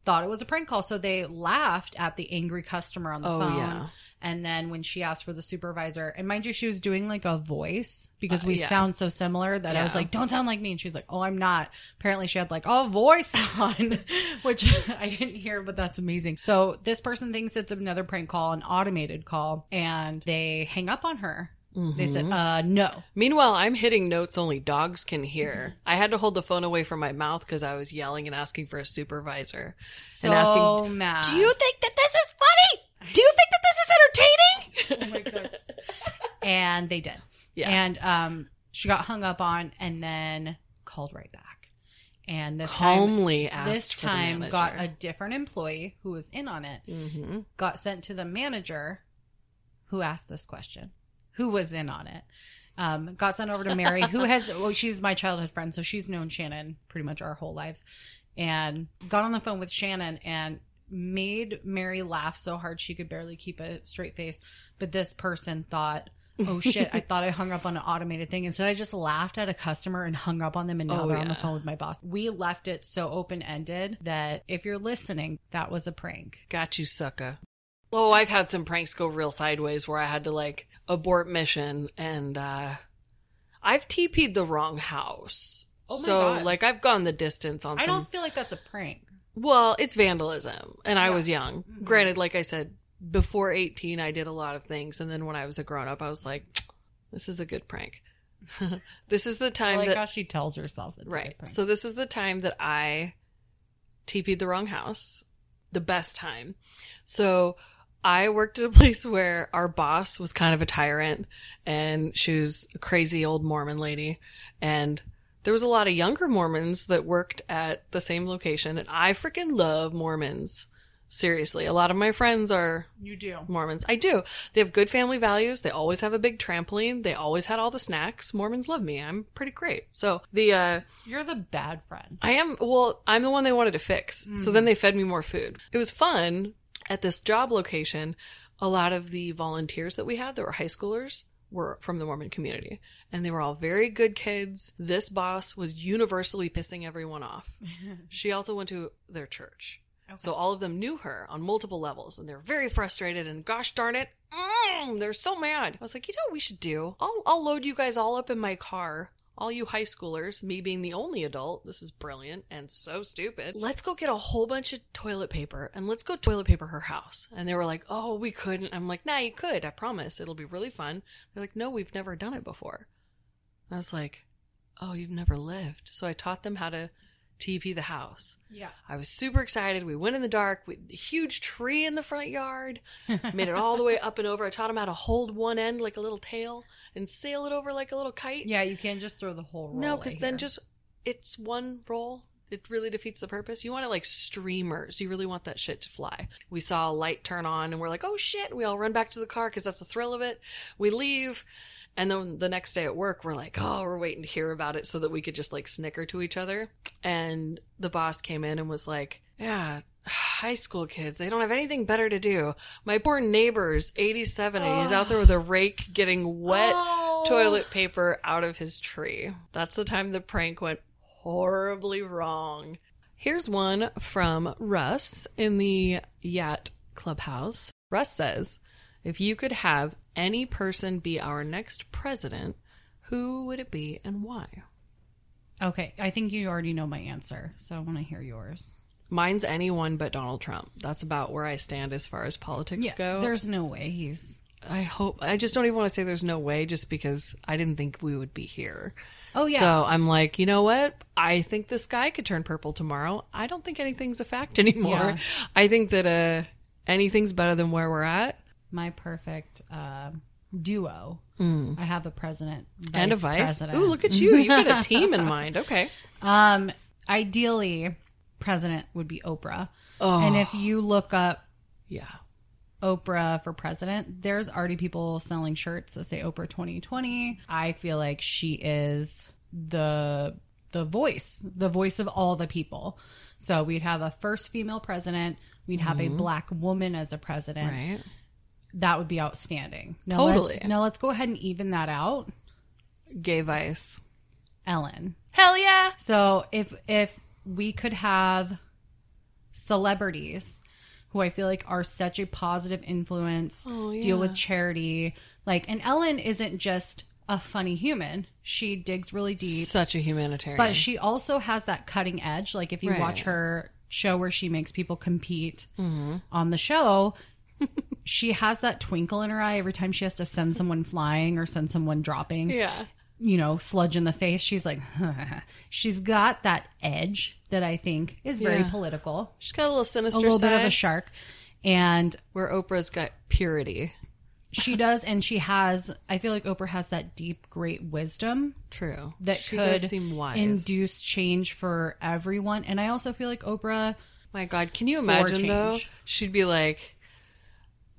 [SPEAKER 2] thought it was a prank call so they laughed at the angry customer on the
[SPEAKER 1] Oh,
[SPEAKER 2] phone
[SPEAKER 1] yeah.
[SPEAKER 2] and then when she asked for the supervisor and mind you she was doing like a voice because
[SPEAKER 1] Uh,
[SPEAKER 2] we
[SPEAKER 1] yeah.
[SPEAKER 2] sound so similar that i was
[SPEAKER 1] Yeah.
[SPEAKER 2] like don't sound like me and she's like oh i'm not apparently she had like a voice [LAUGHS] on which [LAUGHS] i didn't hear but that's amazing so this person thinks it's another prank call an automated call and they hang up on her they said
[SPEAKER 1] Mm-hmm.
[SPEAKER 2] uh no
[SPEAKER 1] Meanwhile, I'm hitting notes only dogs can hear. I had to hold the phone away from my mouth because I was yelling and asking for a supervisor.
[SPEAKER 2] so
[SPEAKER 1] And asking,
[SPEAKER 2] mad
[SPEAKER 1] Do you think that this is funny? Do you think that this
[SPEAKER 2] [LAUGHS]
[SPEAKER 1] is
[SPEAKER 2] Oh
[SPEAKER 1] entertaining?
[SPEAKER 2] and they did.
[SPEAKER 1] Yeah.
[SPEAKER 2] And um, she got hung up on, and then called right back. And this
[SPEAKER 1] Calmly
[SPEAKER 2] time,
[SPEAKER 1] asked
[SPEAKER 2] this
[SPEAKER 1] for the
[SPEAKER 2] time got a
[SPEAKER 1] manager.
[SPEAKER 2] different employee who was in on it.
[SPEAKER 1] mm-hmm.
[SPEAKER 2] Got sent to the manager, who asked this question, who was in on it, um, got sent over to Mary,
[SPEAKER 1] [LAUGHS]
[SPEAKER 2] who has, well, she's my childhood friend. So she's known Shannon pretty much our whole lives and got on the phone with Shannon and made Mary laugh so hard she could barely keep a straight face. But this person thought,
[SPEAKER 1] [LAUGHS]
[SPEAKER 2] oh shit, I thought I hung up on an automated thing. Instead, I just laughed at a customer and hung up on them. And now
[SPEAKER 1] Oh,
[SPEAKER 2] they're on the
[SPEAKER 1] yeah.
[SPEAKER 2] phone with my boss. We left it so open ended that if you're listening, that was a prank.
[SPEAKER 1] Got you, sucker. Oh, I've had some pranks go real sideways where I had to like abort mission and uh I've TP'd the wrong house.
[SPEAKER 2] Oh my
[SPEAKER 1] so
[SPEAKER 2] God.
[SPEAKER 1] like I've gone the distance on
[SPEAKER 2] I
[SPEAKER 1] some
[SPEAKER 2] don't feel like that's a prank.
[SPEAKER 1] Well, it's vandalism, and I
[SPEAKER 2] Yeah.
[SPEAKER 1] was young.
[SPEAKER 2] Mhm.
[SPEAKER 1] Granted, like I said, before 18, I did a lot of things, and then when I was a grown up, I was like, this is a good prank. [LAUGHS] this is the
[SPEAKER 2] I
[SPEAKER 1] time
[SPEAKER 2] like
[SPEAKER 1] that.
[SPEAKER 2] how she tells herself it's a
[SPEAKER 1] right.
[SPEAKER 2] good prank.
[SPEAKER 1] So, this is the time that I TP'd the wrong house, the best time. So, I worked at a [LAUGHS] place where our boss was kind of a tyrant, and she was a crazy old Mormon lady, and there was a lot of younger Mormons that worked at the same location, and I freaking love Mormons. Seriously, a lot of my friends are
[SPEAKER 2] you do.
[SPEAKER 1] Mormons. I do. They have good family values. They always have a big trampoline. They always had all the snacks. Mormons love me. I'm pretty great. So the uh
[SPEAKER 2] You're the bad friend.
[SPEAKER 1] I am well, I'm the one they wanted to fix. So then they fed me more food. It was fun at this job location. A lot of the volunteers that we had that were high schoolers were from the Mormon community and they were all very good kids. This boss was universally pissing everyone off. She also went to their church. So all of them knew her on multiple levels, and they're very frustrated. And gosh darn it, mm, they're so mad. I was like, you know what we should do? I'll I'll load you guys all up in my car. All you high schoolers, me being the only adult, this is brilliant and so stupid. Let's go get a whole bunch of toilet paper and let's go toilet paper her house. And they were like, oh, we couldn't. I'm like, nah, you could. I promise. It'll be really fun. They're like, no, we've never done it before. And I was like, oh, you've never lived. So I taught them how to TP the house.
[SPEAKER 2] Yeah.
[SPEAKER 1] I was super excited. We went in the dark with a huge tree in the front yard, made it all the way up and over. I taught him how to hold one end like a little tail and sail it over like a little kite.
[SPEAKER 2] Yeah, you can't just throw the whole roll.
[SPEAKER 1] no,
[SPEAKER 2] because
[SPEAKER 1] because then just it's one roll. It really defeats the purpose. You want it like streamers. You really want that shit to fly. We saw a light turn on and we're like, oh shit. We all run back to the car because that's the thrill of it. We leave. And then the next day at work, we're like, oh, we're waiting to hear about it so that we could just like snicker to each other. And the boss came in and was like, yeah, [SIGHS] high school kids, they don't have anything better to do. My poor neighbor's 87 and he's out there with a rake getting wet
[SPEAKER 2] Oh.
[SPEAKER 1] toilet paper out of his tree. That's the time the prank went horribly wrong. Here's one from Russ in the Yacht Clubhouse. Russ says, if you could have any person be our next president, who would it be and why?
[SPEAKER 2] Okay, I think you already know my answer, so I want to hear yours.
[SPEAKER 1] Mine's anyone but Donald Trump. That's about where I stand as far as politics go.
[SPEAKER 2] There's no way he's.
[SPEAKER 1] I hope I just don't even want to say there's no way just because I didn't think we would be here.
[SPEAKER 2] Oh
[SPEAKER 1] So I'm like, you know what? I think the sky could turn purple tomorrow. I don't think anything's a fact [LAUGHS] anymore.
[SPEAKER 2] Yeah.
[SPEAKER 1] I think that uh, anything's better than where we're at.
[SPEAKER 2] my perfect uh, duo. I have a president
[SPEAKER 1] Hmm. and a vice. Ooh, look at you. You've got
[SPEAKER 2] [LAUGHS]
[SPEAKER 1] a team in mind. Okay.
[SPEAKER 2] Um, ideally, president would be Oprah.
[SPEAKER 1] Oh.
[SPEAKER 2] And if you look up
[SPEAKER 1] Yeah.
[SPEAKER 2] Oprah for president, there's already people selling shirts that say Oprah 2020. I feel like she is the the voice, the voice of all the people. So we'd have a first female president. We'd have a black woman as a president.
[SPEAKER 1] Mm-hmm. Right.
[SPEAKER 2] That would be outstanding. Now
[SPEAKER 1] Totally.
[SPEAKER 2] Let's, now let's go ahead and even that out.
[SPEAKER 1] Gay vice.
[SPEAKER 2] Ellen.
[SPEAKER 1] Hell yeah.
[SPEAKER 2] So if if we could have celebrities who I feel like are such a positive influence,
[SPEAKER 1] Oh, yeah.
[SPEAKER 2] deal with charity, like and Ellen isn't just a funny human. She digs really deep,
[SPEAKER 1] Such a humanitarian.
[SPEAKER 2] but she also has that cutting edge. Like if you
[SPEAKER 1] Right.
[SPEAKER 2] watch her show where she makes people compete
[SPEAKER 1] Mm-hmm.
[SPEAKER 2] on
[SPEAKER 1] [LAUGHS]
[SPEAKER 2] the show, she has that twinkle in her eye every time she has to send someone flying or send someone dropping
[SPEAKER 1] yeah.
[SPEAKER 2] you know, sludge in the face. She's like, [LAUGHS] she's got that edge that I think is very
[SPEAKER 1] Yeah.
[SPEAKER 2] political,
[SPEAKER 1] She's got a little sinister
[SPEAKER 2] a little
[SPEAKER 1] side
[SPEAKER 2] bit of a shark. And
[SPEAKER 1] where Oprah's got purity.
[SPEAKER 2] she does, and she has, I feel like Oprah has that deep, great wisdom
[SPEAKER 1] True.
[SPEAKER 2] that
[SPEAKER 1] she
[SPEAKER 2] could
[SPEAKER 1] does seem wise.
[SPEAKER 2] induce change for everyone. And I also feel like Oprah,
[SPEAKER 1] My God, can you imagine though?
[SPEAKER 2] change.
[SPEAKER 1] She'd be like,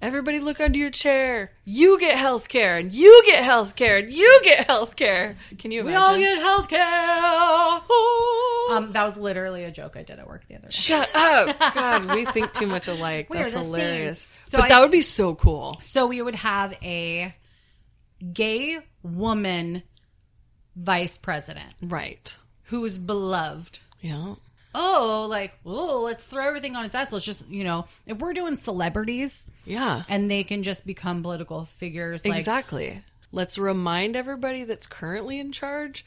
[SPEAKER 1] Everybody look under your chair. You get health care, and you get health care, and you get health care. Can you
[SPEAKER 2] We
[SPEAKER 1] imagine?
[SPEAKER 2] all get health care.
[SPEAKER 1] Um,
[SPEAKER 2] Um, that was literally a joke I did at work the other
[SPEAKER 1] [LAUGHS]
[SPEAKER 2] day.
[SPEAKER 1] Shut up. God, [LAUGHS] we think too much alike.
[SPEAKER 2] We are
[SPEAKER 1] That's
[SPEAKER 2] the same.
[SPEAKER 1] hilarious.
[SPEAKER 2] So
[SPEAKER 1] but
[SPEAKER 2] I-
[SPEAKER 1] that would be so cool.
[SPEAKER 2] So we would have a gay woman vice president
[SPEAKER 1] Right.
[SPEAKER 2] who's beloved.
[SPEAKER 1] Yeah.
[SPEAKER 2] Oh, like, oh, let's throw everything on his ass. Let's just, you know, if we're doing celebrities
[SPEAKER 1] Yeah.
[SPEAKER 2] and they can just become political figures, like,
[SPEAKER 1] exactly. Let's remind everybody that's currently in charge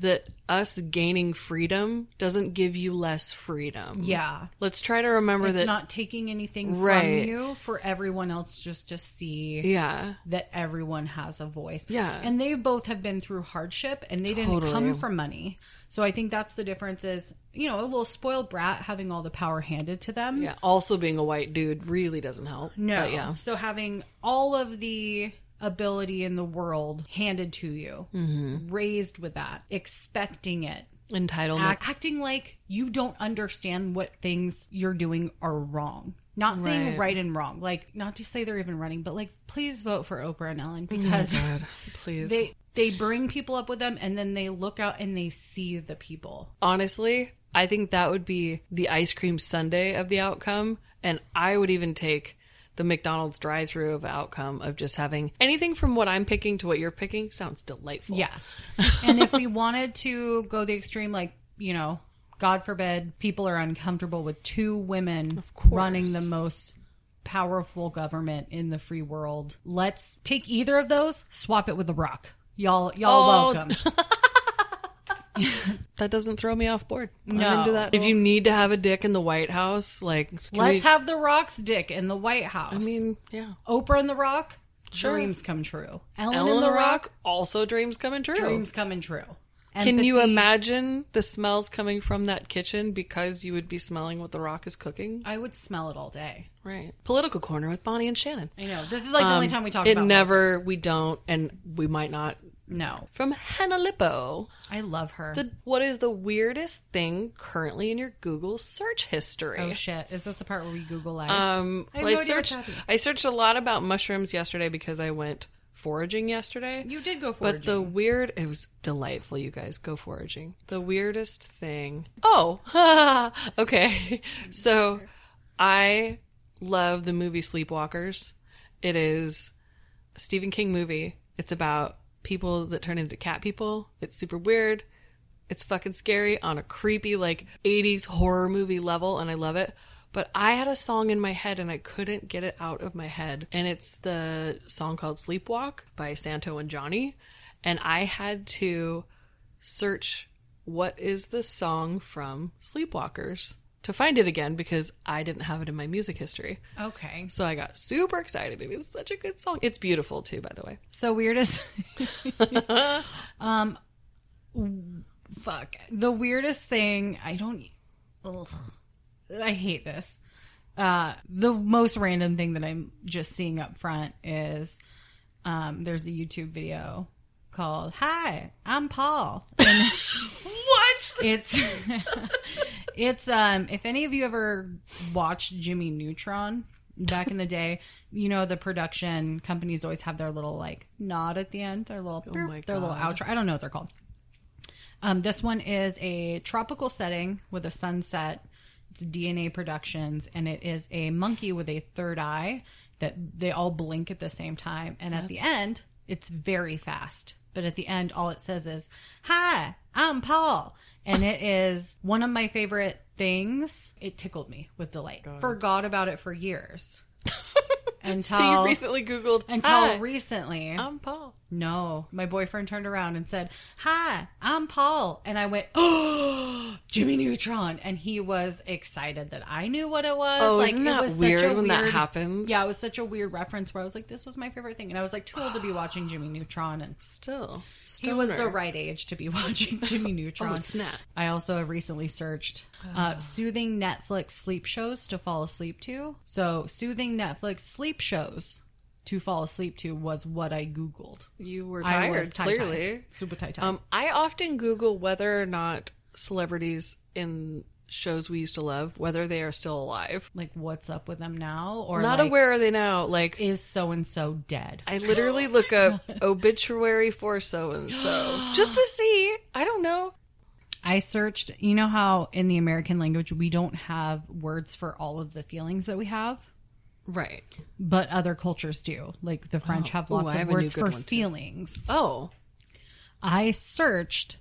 [SPEAKER 1] that us gaining freedom doesn't give you less freedom.
[SPEAKER 2] yeah.
[SPEAKER 1] Let's try to remember
[SPEAKER 2] It's
[SPEAKER 1] that.
[SPEAKER 2] not taking anything
[SPEAKER 1] Right.
[SPEAKER 2] from you for everyone else just to see
[SPEAKER 1] yeah.
[SPEAKER 2] that everyone has a voice.
[SPEAKER 1] Yeah.
[SPEAKER 2] And they both have been through hardship and they didn't
[SPEAKER 1] Totally.
[SPEAKER 2] come from money. So I think that's the difference is, you know, a little spoiled brat having all the power handed to them.
[SPEAKER 1] Yeah. Also, being a white dude really doesn't help.
[SPEAKER 2] No.
[SPEAKER 1] But yeah.
[SPEAKER 2] So having all of the ability in the world handed to you,
[SPEAKER 1] Mm-hmm.
[SPEAKER 2] raised with that, expecting it,
[SPEAKER 1] Entitlement.
[SPEAKER 2] act- acting like you don't understand what things you're doing are wrong. Not saying
[SPEAKER 1] Right.
[SPEAKER 2] right and wrong, like not to say they're even running, but like please vote for Oprah and Ellen because
[SPEAKER 1] Oh God, [LAUGHS] please.
[SPEAKER 2] [LAUGHS] they they bring people up with them and then they look out and they see the people.
[SPEAKER 1] honestly, I think that would be the ice cream sundae of the outcome. And I would even take the McDonald's drive through of outcome of just having anything from what I'm picking to what you're picking sounds delightful.
[SPEAKER 2] Yes. [LAUGHS] and if we wanted to go the extreme, like, you know, God forbid people are uncomfortable with two women running the most powerful government in the free world. Let's take either of those, swap it with the rock. Y'all y'all
[SPEAKER 1] Oh. [LAUGHS]
[SPEAKER 2] welcome.
[SPEAKER 1] That doesn't throw me off board. I'm
[SPEAKER 2] No.
[SPEAKER 1] into that. If you need to have a dick in the White House, like can
[SPEAKER 2] Let's
[SPEAKER 1] we-
[SPEAKER 2] have the rock's dick in the White House.
[SPEAKER 1] I mean, yeah.
[SPEAKER 2] Oprah and the rock, dreams come true. Ellen, and the rock,
[SPEAKER 1] also dreams coming true.
[SPEAKER 2] dreams coming true.
[SPEAKER 1] Can you
[SPEAKER 2] Empathy-
[SPEAKER 1] imagine the smells coming from that kitchen because you would be smelling what the rock is cooking?
[SPEAKER 2] I would smell it all day.
[SPEAKER 1] Right. Political corner with Bonnie and Shannon.
[SPEAKER 2] I know. This is like the only time we talk
[SPEAKER 1] Um, it
[SPEAKER 2] about
[SPEAKER 1] never we don't and we might not
[SPEAKER 2] No.
[SPEAKER 1] from hannah lippo
[SPEAKER 2] I love her.
[SPEAKER 1] the, what is the weirdest thing currently in your google search history
[SPEAKER 2] Oh shit! Is this the part where we Google live?
[SPEAKER 1] um
[SPEAKER 2] I have
[SPEAKER 1] well,
[SPEAKER 2] no idea what's
[SPEAKER 1] searched
[SPEAKER 2] happening.
[SPEAKER 1] i searched a lot about mushrooms yesterday because i went foraging yesterday
[SPEAKER 2] you did go for
[SPEAKER 1] but the weird it was delightful you guys go foraging the weirdest thing oh [LAUGHS] okay so i love the movie sleepwalkers it is a stephen king movie it's about people that turn into cat people it's super weird it's fucking scary on a creepy like 80s horror movie level and i love it but i had a song in my head and i couldn't get it out of my head and it's the song called sleepwalk by santo and johnny and i had to search what is the song from sleepwalkers to find it again because i didn't have it in my music history
[SPEAKER 2] okay.
[SPEAKER 1] so i got super excited it is such a good song it's beautiful too by the way [LAUGHS]
[SPEAKER 2] So weirdest. um, fuck. The weirdest thing. I don't. Ugh, I hate this. Uh, the most random thing that I'm just seeing up front is, um, there's a YouTube video called "Hi, I'm Paul."
[SPEAKER 1] [LAUGHS] what
[SPEAKER 2] It's it's um if any of you ever watched Jimmy Neutron back in the day, you know the production companies always have their little like nod at the end, their little boop,
[SPEAKER 1] Oh my
[SPEAKER 2] their little
[SPEAKER 1] God.
[SPEAKER 2] outro. I don't know what they're called. Um, this one is a tropical setting with a sunset. It's DNA Productions, and it is a monkey with a third eye that they all blink at the same time. And at the end, it's very fast. But at the end, all it says is, Hi, I'm Paul. And it is one of my favorite things. It tickled me with delight. Forgot about it for years.
[SPEAKER 1] [LAUGHS]
[SPEAKER 2] until
[SPEAKER 1] so you recently googled
[SPEAKER 2] until
[SPEAKER 1] "Hi, Oh,
[SPEAKER 2] recently.
[SPEAKER 1] i'm paul
[SPEAKER 2] No, my boyfriend turned around and said, "Hi, I'm Paul," and I went, "Oh, [GASPS] Jimmy Neutron!" And he was excited that I knew what it was.
[SPEAKER 1] Oh, isn't that weird when that happens?
[SPEAKER 2] Yeah, it was such a weird reference where I was like, "This was my favorite thing," and I was like, too old to be watching Jimmy Neutron, and
[SPEAKER 1] still
[SPEAKER 2] he was the
[SPEAKER 1] Stoner.
[SPEAKER 2] right age to be [LAUGHS] watching Jimmy Neutron.
[SPEAKER 1] Oh, snap. Ah.
[SPEAKER 2] I also have recently searched uh, soothing Netflix sleep shows to fall asleep to. So, soothing Netflix sleep shows to fall asleep to was what I Googled.
[SPEAKER 1] You were
[SPEAKER 2] I
[SPEAKER 1] tired,
[SPEAKER 2] was tie-tied.
[SPEAKER 1] clearly.
[SPEAKER 2] Super tight.
[SPEAKER 1] Um, I often Google whether or not celebrities in shows we used to love, whether they are still alive.
[SPEAKER 2] Like, what's up with them now? Or
[SPEAKER 1] Not
[SPEAKER 2] like,
[SPEAKER 1] aware are they now. Like
[SPEAKER 2] Is so and so dead?
[SPEAKER 1] I literally look up obituary for so and so just to see. I don't know.
[SPEAKER 2] I searched, you know how in the American language we don't have words for all of the feelings that we have,
[SPEAKER 1] Right.
[SPEAKER 2] but other cultures do. Like the French have
[SPEAKER 1] Oh, Ooh,
[SPEAKER 2] lots
[SPEAKER 1] I
[SPEAKER 2] of
[SPEAKER 1] have a new
[SPEAKER 2] words
[SPEAKER 1] good
[SPEAKER 2] for
[SPEAKER 1] one, too.
[SPEAKER 2] feelings.
[SPEAKER 1] Oh,
[SPEAKER 2] I searched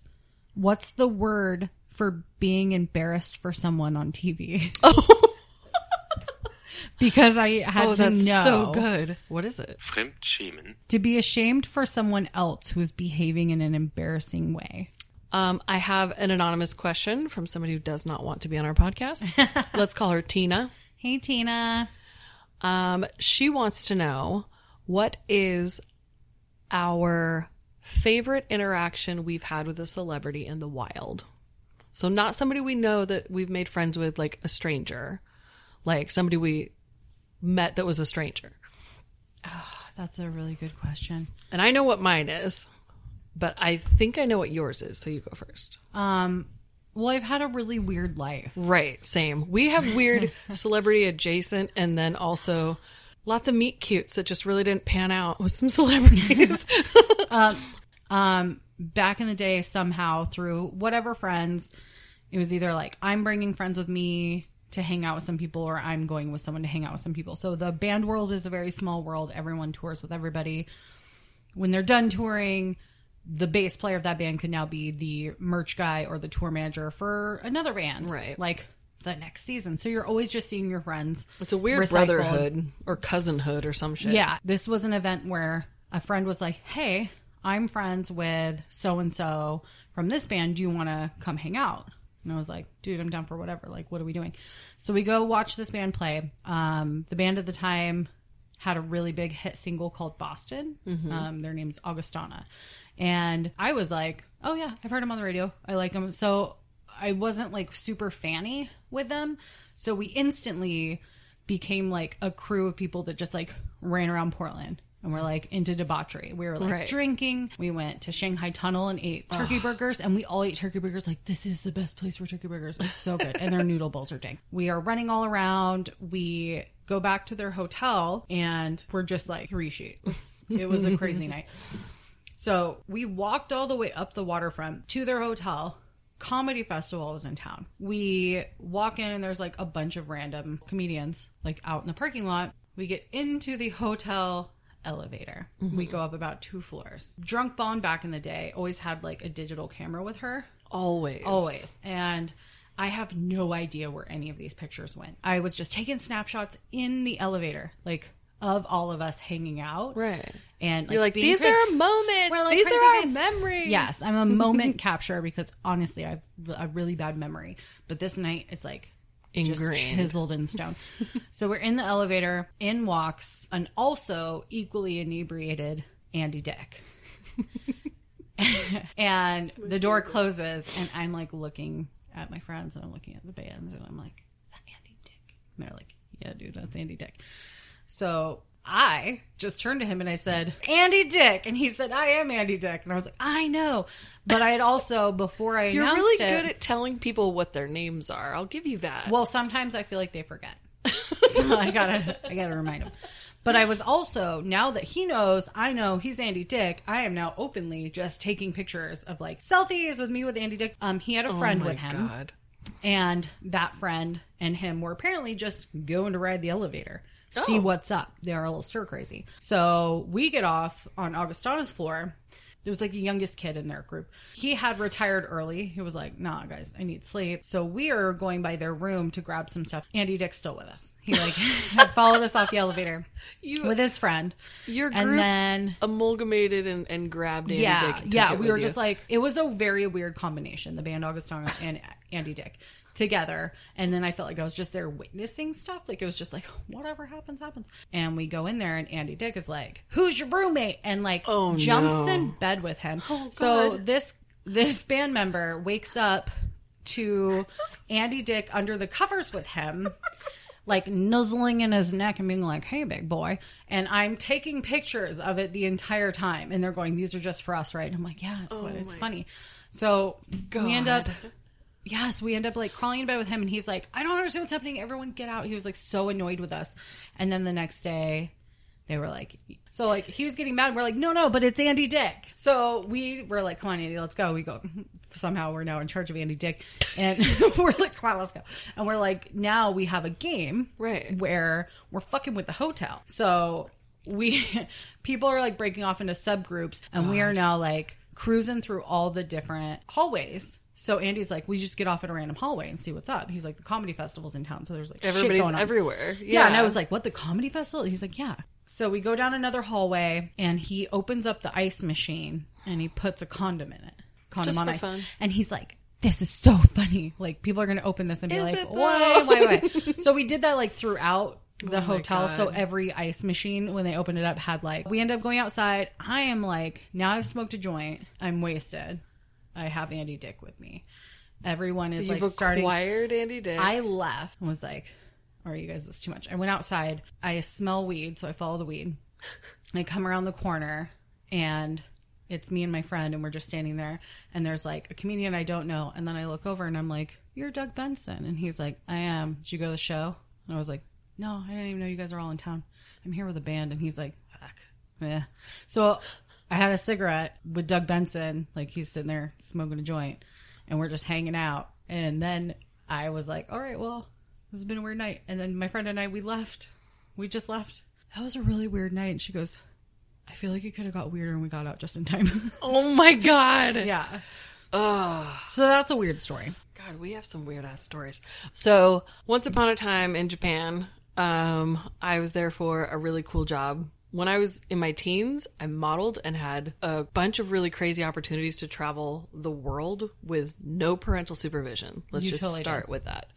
[SPEAKER 2] what's the word for being embarrassed for someone on TV. Oh. [LAUGHS] because I had
[SPEAKER 1] oh,
[SPEAKER 2] to
[SPEAKER 1] that's
[SPEAKER 2] know
[SPEAKER 1] so good. What is it?
[SPEAKER 3] Fremdschämen.
[SPEAKER 2] to be ashamed for someone else who is behaving in an embarrassing way.
[SPEAKER 1] Um, I have an anonymous question from somebody who does not want to be on our podcast. Let's call her Tina.
[SPEAKER 2] Hey Tina,
[SPEAKER 1] Um, she wants to know what is our favorite interaction we've had with a celebrity in the wild. So not somebody we know that we've made friends with, like a stranger, like somebody we met that was a stranger.
[SPEAKER 2] that's a really good question.
[SPEAKER 1] And I know what mine is, but I think I know what yours is. So you go first.
[SPEAKER 2] Um, well, I've had a really weird life.
[SPEAKER 1] Right, same. We have
[SPEAKER 2] [LAUGHS]
[SPEAKER 1] weird celebrity adjacent and then also lots of meet cutes that just really didn't pan out with some [LAUGHS] celebrities.
[SPEAKER 2] Um, back in the day, somehow through whatever friends, it was either like I'm bringing friends with me to hang out with some people, or I'm going with someone to hang out with some people. So the band world is a very small world. Everyone tours with everybody. When they're done touring, the bass player of that band could now be the merch guy or the tour manager for another band,
[SPEAKER 1] Right.
[SPEAKER 2] Like the next season. So you're always just seeing your friends.
[SPEAKER 1] It's a weird
[SPEAKER 2] recycled.
[SPEAKER 1] brotherhood or cousinhood or some shit.
[SPEAKER 2] Yeah. This was an event where a friend was like, Hey, I'm friends with so and so from this band. Do you want to come hang out? And I was like, Dude, I'm down for whatever. Like, what are we doing? So we go watch this band play. Um, the band at the time had a really big hit single called Boston. Um, their name's Augustana. And I was like, Oh, yeah, I've heard them on the radio. I like them. So I wasn't like super fanny with them. So we instantly became like a crew of people that just like ran around Portland and were like into debauchery. We were like
[SPEAKER 1] Right.
[SPEAKER 2] drinking. We went to Shanghai Tunnel and ate turkey burgers and we all ate turkey burgers like this is the best place for turkey burgers. It's so good. and their [LAUGHS] noodle bowls are dang. We are running all around. We go back to their hotel and we're just like three sheets. It was a crazy [LAUGHS] night. So we walked all the way up the waterfront to their hotel. Comedy festival was in town. We walk in and there's like a bunch of random comedians like out in the parking lot. We get into the hotel elevator. We go up about two floors. Drunk Bond back in the day always had like a digital camera with her.
[SPEAKER 1] Always.
[SPEAKER 2] Always. And I have no idea where any of these pictures went. I was just taking snapshots in the elevator, like of all of us hanging out.
[SPEAKER 1] Right.
[SPEAKER 2] And
[SPEAKER 1] You're like,
[SPEAKER 2] being
[SPEAKER 1] these
[SPEAKER 2] crazy."
[SPEAKER 1] are moments.
[SPEAKER 2] We're like,
[SPEAKER 1] these are
[SPEAKER 2] "Crazy
[SPEAKER 1] our
[SPEAKER 2] guys."
[SPEAKER 1] memories.
[SPEAKER 2] Yes, I'm
[SPEAKER 1] [LAUGHS]
[SPEAKER 2] a moment capture because honestly, I have a really bad memory. But this night is like
[SPEAKER 1] Ingrained.
[SPEAKER 2] just chiseled
[SPEAKER 1] [LAUGHS]
[SPEAKER 2] in stone. so we're in the elevator. In walks an also equally inebriated Andy Dick. and the door closes, and I'm like looking at my friends, and I'm looking at the band, and I'm like, "Is that Andy Dick?" And they're like, "Yeah, dude, that's Andy Dick." So I just turned to him and I said, Andy Dick. And he said, I am Andy Dick. And I was like, I know. But I had also, before I
[SPEAKER 1] You're
[SPEAKER 2] announced
[SPEAKER 1] really
[SPEAKER 2] it-
[SPEAKER 1] good at telling people what their names are. I'll give you that.
[SPEAKER 2] well, sometimes I feel like they
[SPEAKER 1] [LAUGHS]
[SPEAKER 2] forget. [LAUGHS] so I gotta, I gotta remind them. But I was also, now that he knows, I know he's Andy Dick, I am now openly just taking pictures of like selfies with me with Andy Dick. Um, he had a friend
[SPEAKER 1] oh my
[SPEAKER 2] with him
[SPEAKER 1] God.
[SPEAKER 2] and that friend and him were apparently just going to ride the elevator see
[SPEAKER 1] Oh.
[SPEAKER 2] what's up they're a little stir crazy so we get off on augustana's floor there was like the youngest kid in their group he had retired early he was like nah guys i need sleep so we are going by their room to grab some stuff andy dick's still with us he like [LAUGHS] had followed us off the elevator
[SPEAKER 1] [LAUGHS] You-
[SPEAKER 2] with his friend
[SPEAKER 1] Your
[SPEAKER 2] and
[SPEAKER 1] group
[SPEAKER 2] then
[SPEAKER 1] amalgamated and, and grabbed Andy
[SPEAKER 2] yeah,
[SPEAKER 1] Dick. and took
[SPEAKER 2] yeah.
[SPEAKER 1] it
[SPEAKER 2] We
[SPEAKER 1] with
[SPEAKER 2] were
[SPEAKER 1] you.
[SPEAKER 2] just like it was a very weird combination: the band Augustana and Andy Dick together. And then I felt like I was just there witnessing stuff. Like it was just like whatever happens, happens. And we go in there, and Andy Dick is like, "Who's your roommate?" And like
[SPEAKER 1] Oh,
[SPEAKER 2] jumps
[SPEAKER 1] no. Oh,
[SPEAKER 2] in bed with him. so this this band member wakes up to Andy Dick under the covers with him like nuzzling in his neck and being like, "Hey, big boy," and I'm taking pictures of it the entire time, and they're going, "These are just for us, right?" And I'm like, "Yeah, it's what it's funny." So we end up Yes, we end up like crawling in bed with him, and he's like, I don't understand what's happening. Everyone get out. He was like so annoyed with us. And then the next day, they were like, so like he was getting mad. and We're like, no, no, but it's Andy Dick. So we were like, come on, Andy, let's go. We go. Somehow we're now in charge of Andy Dick, and [LAUGHS] we're like, come on, let's go. And we're like, now we have a game,
[SPEAKER 1] Right.
[SPEAKER 2] Where we're fucking with the hotel. So we [LAUGHS] people are like breaking off into subgroups, and we are now like cruising through all the different hallways. So Andy's like, we just get off at a random hallway and see what's up. He's like, the comedy festival's in town, so there's like shit
[SPEAKER 1] Everybody's
[SPEAKER 2] going on.
[SPEAKER 1] everywhere.
[SPEAKER 2] Yeah.
[SPEAKER 1] Yeah.
[SPEAKER 2] And I was like, what, the comedy festival? He's like, yeah. So we go down another hallway and he opens up the ice machine and he puts a condom in it. Condom
[SPEAKER 1] Just
[SPEAKER 2] on
[SPEAKER 1] for
[SPEAKER 2] ice.
[SPEAKER 1] fun.
[SPEAKER 2] And he's like, this is so [LAUGHS] funny. Like people are going to open this and be
[SPEAKER 1] Is
[SPEAKER 2] like,
[SPEAKER 1] it
[SPEAKER 2] why,
[SPEAKER 1] though?
[SPEAKER 2] why,
[SPEAKER 1] [LAUGHS]
[SPEAKER 2] why? so we did that like throughout the
[SPEAKER 1] Oh my
[SPEAKER 2] hotel. So
[SPEAKER 1] God.
[SPEAKER 2] every ice machine when they opened it up had like, we end up going outside. I am like, now I've smoked a joint. I'm wasted. I have Andy Dick with me. Everyone is
[SPEAKER 1] You've
[SPEAKER 2] like starting.
[SPEAKER 1] acquired Andy Dick.
[SPEAKER 2] I left and was like, all right, you guys, this is too much. I went outside. I smell weed, so I follow the weed. I come around the corner and it's me and my friend, and we're just standing there. And there's like a comedian I don't know. And then I look over and I'm like, You're Doug Benson. And he's like, I am. Did you go to the show? And I was like, No, I didn't even know you guys are all in town. I'm here with a band. And he's like, Fuck. Yeah. So I had a cigarette with Doug Benson. Like he's sitting there smoking a joint and we're just hanging out. And then I was like, All right, well, this has been a weird night. And then my friend and I, we left. We just left. That was a really weird night. And she goes, I feel like it could have got weirder and we got out just in time. [LAUGHS]
[SPEAKER 1] oh my god.
[SPEAKER 2] yeah.
[SPEAKER 1] Oh
[SPEAKER 2] So that's a weird story.
[SPEAKER 1] god, we have some weird ass stories. So once upon a time in Japan, um, I was there for a really cool job. When I was in my teens, I modeled and had a bunch of really crazy opportunities to travel the world with no parental supervision. Let's
[SPEAKER 2] You
[SPEAKER 1] just
[SPEAKER 2] totally did.
[SPEAKER 1] start with that.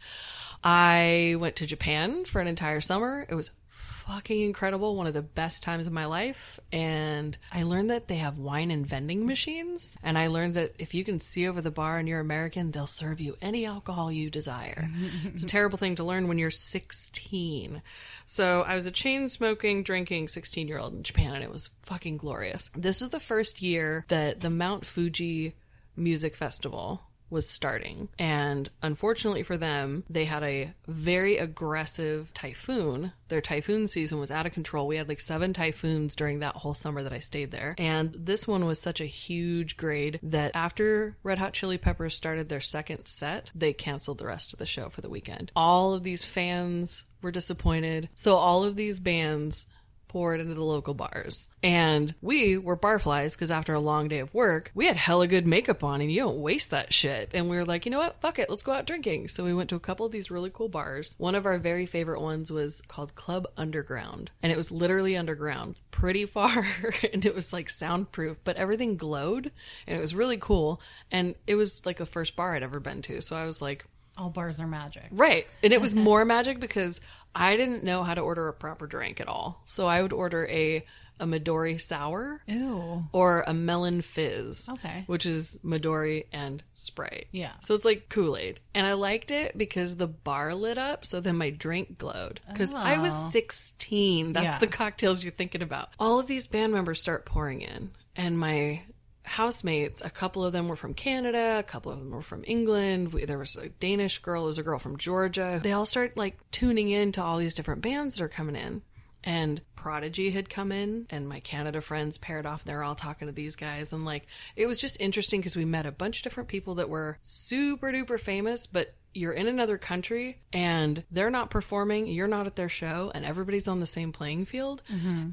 [SPEAKER 1] I went to Japan for an entire summer. It was fucking incredible, one of the best times of my life. And I learned that they have wine and vending machines. And I learned that if you can see over the bar and you're American, they'll serve you any alcohol you desire. it's a terrible thing to learn when you're 16. So I was a chain smoking, drinking 16 year old in Japan, and it was fucking glorious. This is the first year that the Mount Fuji music festival was starting. And unfortunately for them, they had a very aggressive typhoon. Their typhoon season was out of control. We had like seven typhoons during that whole summer that I stayed there. And this one was such a huge grade that after Red Hot Chili Peppers started their second set, they canceled the rest of the show for the weekend. All of these fans were disappointed. So all of these bands poured into the local bars. And we were barflies because after a long day of work, we had hella good makeup on and you don't waste that shit. And we were like, you know what? Fuck it. Let's go out drinking. So we went to a couple of these really cool bars. One of our very favorite ones was called Club Underground. And it was literally underground, pretty [LAUGHS] far. and it was like soundproof, but everything glowed and it was really cool. And it was like the first bar I'd ever been to. So I was like,
[SPEAKER 2] All bars are magic.
[SPEAKER 1] Right. And it was more magic because I didn't know how to order a proper drink at all. So I would order a a Midori sour
[SPEAKER 2] Ew.
[SPEAKER 1] or a melon fizz.
[SPEAKER 2] Okay.
[SPEAKER 1] Which is Midori and Sprite.
[SPEAKER 2] Yeah.
[SPEAKER 1] So it's like Kool-Aid. And I liked it because the bar lit up, so then my drink glowed. Because I was
[SPEAKER 2] Oh.
[SPEAKER 1] 16. That's
[SPEAKER 2] Yeah.
[SPEAKER 1] the cocktails you're thinking about. All of these band members start pouring in, and my housemates, a couple of them were from Canada, a couple of them were from England. We, there was a Danish girl, there was a girl from Georgia. They all start like tuning in to all these different bands that are coming in. And Prodigy had come in, and my Canada friends paired off. and They were all talking to these guys, and like it was just interesting because we met a bunch of different people that were super duper famous, but you're in another country and they're not performing, you're not at their show, and everybody's on the same playing field.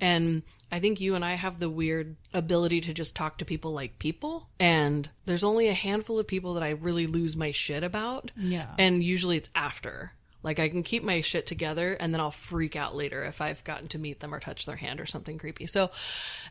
[SPEAKER 1] And I think you and I have the weird ability to just talk to people like people. And there's only a handful of people that I really lose my shit about.
[SPEAKER 2] Yeah.
[SPEAKER 1] And usually it's after. Like I can keep my shit together and then I'll freak out later if I've gotten to meet them or touch their hand or something creepy. So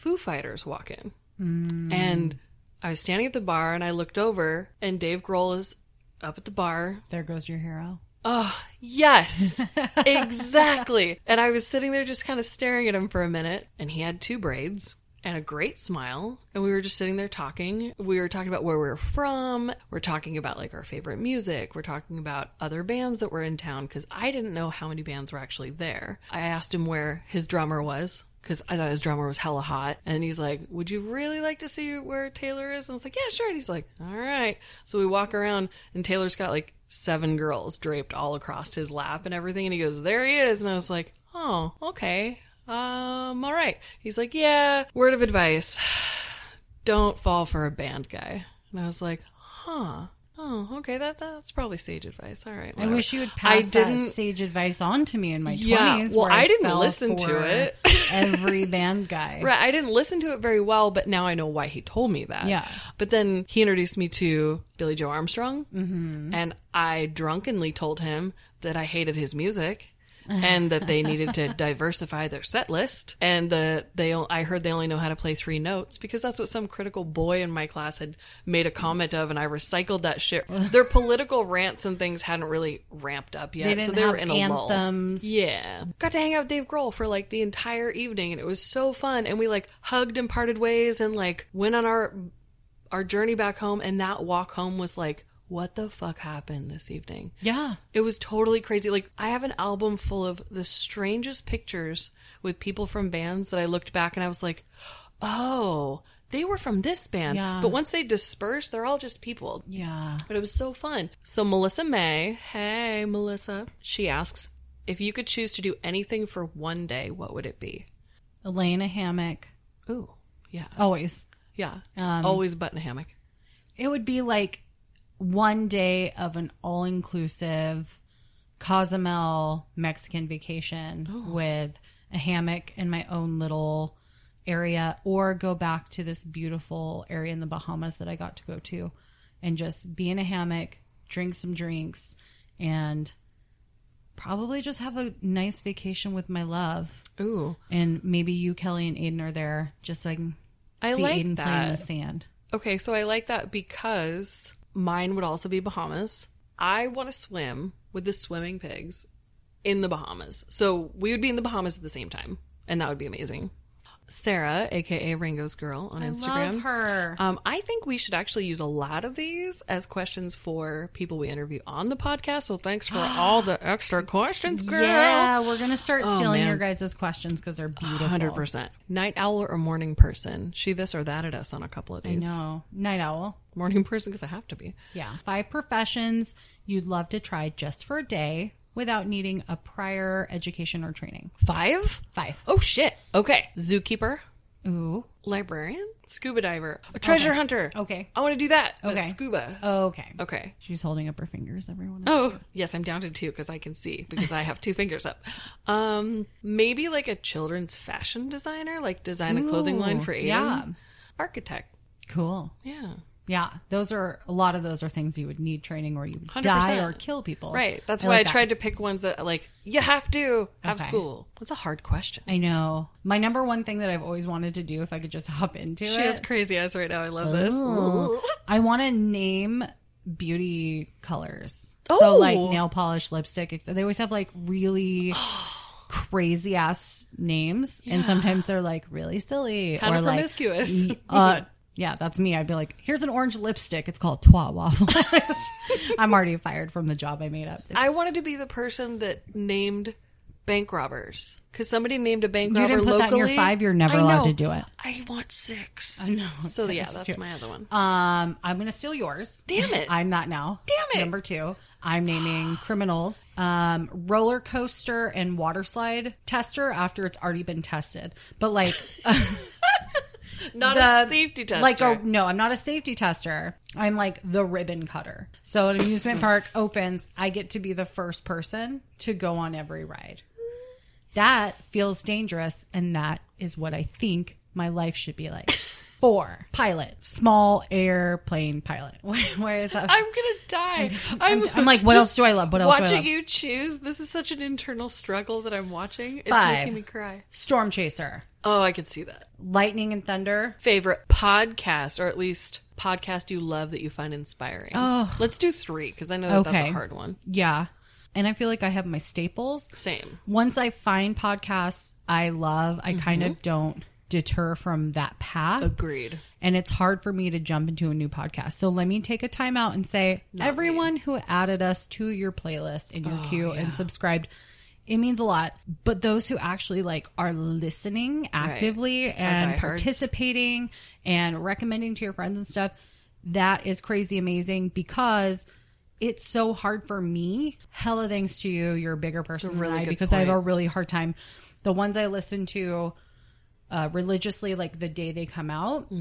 [SPEAKER 1] Foo Fighters walk in. And I was standing at the bar and I looked over and Dave Grohl is up at the bar
[SPEAKER 2] There goes your hero.
[SPEAKER 1] Oh, yes, exactly. and I was sitting there just kind of staring at him for a minute, and he had two braids and a great smile. And we were just sitting there talking. We were talking about where we were from. We're talking about like our favorite music. We're talking about other bands that were in town because I didn't know how many bands were actually there. I asked him where his drummer was. because I thought his drummer was hella hot. And he's like, Would you really like to see where Taylor is? And I was like, Yeah, sure. And he's like, All right. So we walk around, and Taylor's got like seven girls draped all across his lap and everything. And he goes, There he is. And I was like, Oh, okay. Um, all right. He's like, Yeah, word of advice don't fall for a band guy. And I was like, Huh. Oh, okay. That that's probably sage advice. All right.
[SPEAKER 2] I
[SPEAKER 1] whatever.
[SPEAKER 2] wish you would pass
[SPEAKER 1] I
[SPEAKER 2] that
[SPEAKER 1] didn't-
[SPEAKER 2] sage advice on to me in my
[SPEAKER 1] Yeah,
[SPEAKER 2] twenties.
[SPEAKER 1] well,
[SPEAKER 2] where
[SPEAKER 1] I didn't
[SPEAKER 2] fell
[SPEAKER 1] listen to
[SPEAKER 2] for
[SPEAKER 1] it.
[SPEAKER 2] [LAUGHS]
[SPEAKER 1] [LAUGHS]
[SPEAKER 2] every band guy,
[SPEAKER 1] Right. I didn't listen to it very well, but now I know why he told me that.
[SPEAKER 2] Yeah.
[SPEAKER 1] But then he introduced me to Billy Joe Armstrong, mm-hmm. and I drunkenly told him that I hated his
[SPEAKER 2] [LAUGHS]
[SPEAKER 1] music. and that they needed to diversify their set list, and the they o- I heard they only know how to play three notes because that's what some critical boy in my class had made a comment of, and I recycled that
[SPEAKER 2] [LAUGHS]
[SPEAKER 1] shit. Their political rants and things hadn't really ramped up yet,
[SPEAKER 2] They didn't
[SPEAKER 1] so they
[SPEAKER 2] have
[SPEAKER 1] were in a lull.
[SPEAKER 2] anthems.
[SPEAKER 1] Yeah. Got to hang out with Dave Grohl for like the entire evening and it was so fun and we like hugged and parted ways and like went on our our journey back home and that walk home was like what the fuck happened this evening?
[SPEAKER 2] Yeah,
[SPEAKER 1] It was totally crazy. Like I have an album full of the strangest pictures with people from bands that I looked back and I was like, "Oh, they were from this band."
[SPEAKER 2] Yeah.
[SPEAKER 1] But once they disperse, they're all just people.
[SPEAKER 2] yeah.
[SPEAKER 1] But it was so fun. So Melissa May, hey Melissa, she asks if you could choose to do anything for one day, what would it be?
[SPEAKER 2] Elena Hammock
[SPEAKER 1] Ooh, yeah,
[SPEAKER 2] always.
[SPEAKER 1] yeah.
[SPEAKER 2] Um,
[SPEAKER 1] Always button hammock.
[SPEAKER 2] It would be like one day of an all inclusive Cozumel Mexican vacation
[SPEAKER 1] Oh.
[SPEAKER 2] with a hammock in my own little area, or go back to this beautiful area in the Bahamas that I got to go to and just be in a hammock, drink some drinks, and probably just have a nice vacation with my love.
[SPEAKER 1] Ooh,
[SPEAKER 2] And maybe you, Kelly, and Aiden are there just so I can
[SPEAKER 1] I
[SPEAKER 2] see
[SPEAKER 1] like
[SPEAKER 2] Aiden playing in the
[SPEAKER 1] that.
[SPEAKER 2] sand.
[SPEAKER 1] okay. So I like that because mine would also be Bahamas. I want to swim with the swimming pigs in the Bahamas. So we would be in the Bahamas at the same time, and that would be amazing. Sarah, aka Ringo's Girl on Instagram.
[SPEAKER 2] her.
[SPEAKER 1] Um, I think we should actually use a lot of these as questions for people we interview on the podcast. So thanks
[SPEAKER 2] [GASPS]
[SPEAKER 1] for all the extra questions, girl. Oh,
[SPEAKER 2] Yeah, we're gonna start stealing
[SPEAKER 1] man.
[SPEAKER 2] your guys' questions because they're beautiful.
[SPEAKER 1] 100%. Night owl or morning person? She this or that at us on a couple of
[SPEAKER 2] I
[SPEAKER 1] these.
[SPEAKER 2] know, night owl.
[SPEAKER 1] Morning person because I have to be.
[SPEAKER 2] Yeah, five professions you'd love to try just for a day without needing a prior education or training.
[SPEAKER 1] Five?
[SPEAKER 2] Five.
[SPEAKER 1] Oh, shit. Okay. Zookeeper,
[SPEAKER 2] Ooh.
[SPEAKER 1] librarian, scuba diver, a treasure hunter.
[SPEAKER 2] Okay.
[SPEAKER 1] I want to do that. but
[SPEAKER 2] Okay.
[SPEAKER 1] Scuba.
[SPEAKER 2] Okay.
[SPEAKER 1] Okay.
[SPEAKER 2] She's holding up her fingers. Everyone.
[SPEAKER 1] Oh, yes, I'm down to two because I can see because I have two fingers up. Um, maybe like a children's fashion designer, like design a clothing line
[SPEAKER 2] Ooh,
[SPEAKER 1] for Aiden.
[SPEAKER 2] yeah. Oh,
[SPEAKER 1] Architect.
[SPEAKER 2] Cool.
[SPEAKER 1] Yeah.
[SPEAKER 2] Yeah, those are a lot of those are things you would need training, or you would
[SPEAKER 1] 100%.
[SPEAKER 2] die or kill people.
[SPEAKER 1] Right. That's why I tried to pick ones that like you have to have
[SPEAKER 2] Okay.
[SPEAKER 1] school. That's a hard question.
[SPEAKER 2] I know my number one thing that I've always wanted to do. If I could just [LAUGHS] hop into
[SPEAKER 1] She
[SPEAKER 2] it,
[SPEAKER 1] has crazy eyes right now. I love this.
[SPEAKER 2] I want to name beauty colors.
[SPEAKER 1] Oh!
[SPEAKER 2] So like nail polish, lipstick. ex- They always have like
[SPEAKER 1] [GASPS]
[SPEAKER 2] really crazy ass names, and sometimes they're like really silly
[SPEAKER 1] Kinda
[SPEAKER 2] or like
[SPEAKER 1] promiscuous. [LAUGHS]
[SPEAKER 2] y- uh, yeah, that's me. I'd be like, "Here's an orange lipstick. It's called Twa Waffle." [LAUGHS] I'm already fired from the job I made up.
[SPEAKER 1] I wanted to be the person that named bank robbers because somebody named a bank
[SPEAKER 2] you
[SPEAKER 1] robber
[SPEAKER 2] didn't put that in
[SPEAKER 1] locally.
[SPEAKER 2] your five. You're never
[SPEAKER 1] I
[SPEAKER 2] allowed
[SPEAKER 1] know.
[SPEAKER 2] to do it.
[SPEAKER 1] I want six.
[SPEAKER 2] I know.
[SPEAKER 1] So yeah,
[SPEAKER 2] That's
[SPEAKER 1] that's
[SPEAKER 2] too-
[SPEAKER 1] my other one.
[SPEAKER 2] Um, I'm gonna steal yours.
[SPEAKER 1] Damn it.
[SPEAKER 2] I'm not now.
[SPEAKER 1] Damn it.
[SPEAKER 2] Number two, I'm naming criminals. Um, roller coaster and water slide tester after it's already been tested, but
[SPEAKER 1] [LAUGHS]
[SPEAKER 2] like
[SPEAKER 1] Not a
[SPEAKER 2] the-
[SPEAKER 1] safety tester.
[SPEAKER 2] Like a no, I'm not a safety tester. I'm like the ribbon cutter. So an amusement park opens, I get to be the first person to go on every ride. That feels dangerous, and that is what I think my life should
[SPEAKER 1] [LAUGHS]
[SPEAKER 2] be like. Four pilot, small airplane pilot. [LAUGHS] Where, where is that?
[SPEAKER 1] I'm gonna die. I'm,
[SPEAKER 2] I'm like, what else
[SPEAKER 1] just
[SPEAKER 2] do I love? What else do I
[SPEAKER 1] Watching
[SPEAKER 2] love?
[SPEAKER 1] you choose, this is such an internal struggle that I'm watching. It's
[SPEAKER 2] Five.
[SPEAKER 1] making me cry.
[SPEAKER 2] Storm chaser,
[SPEAKER 1] Oh, I could see that.
[SPEAKER 2] lightning and thunder.
[SPEAKER 1] Favorite podcast, or at least podcast you love that you find inspiring. Oh, let's do three because I know that that's
[SPEAKER 2] Okay.
[SPEAKER 1] a hard one.
[SPEAKER 2] Yeah, and I feel like I have my staples.
[SPEAKER 1] Same.
[SPEAKER 2] once I find podcasts I love, I kind of don't deter from that path.
[SPEAKER 1] Agreed.
[SPEAKER 2] And it's hard for me to jump into a new podcast. So let me take a time
[SPEAKER 1] Oh,
[SPEAKER 2] out and say, everyone who added us to your playlist and your queue and subscribed, It means a lot. But those who actually like are listening actively and
[SPEAKER 1] diehards.
[SPEAKER 2] participating and recommending to your friends and stuff, that is crazy amazing because it's so hard for me. Hella thanks to you. You're a bigger person
[SPEAKER 1] really
[SPEAKER 2] than I
[SPEAKER 1] good
[SPEAKER 2] because I have
[SPEAKER 1] point.
[SPEAKER 2] a really hard time. The ones I listen to uh, religiously, like the day they come out,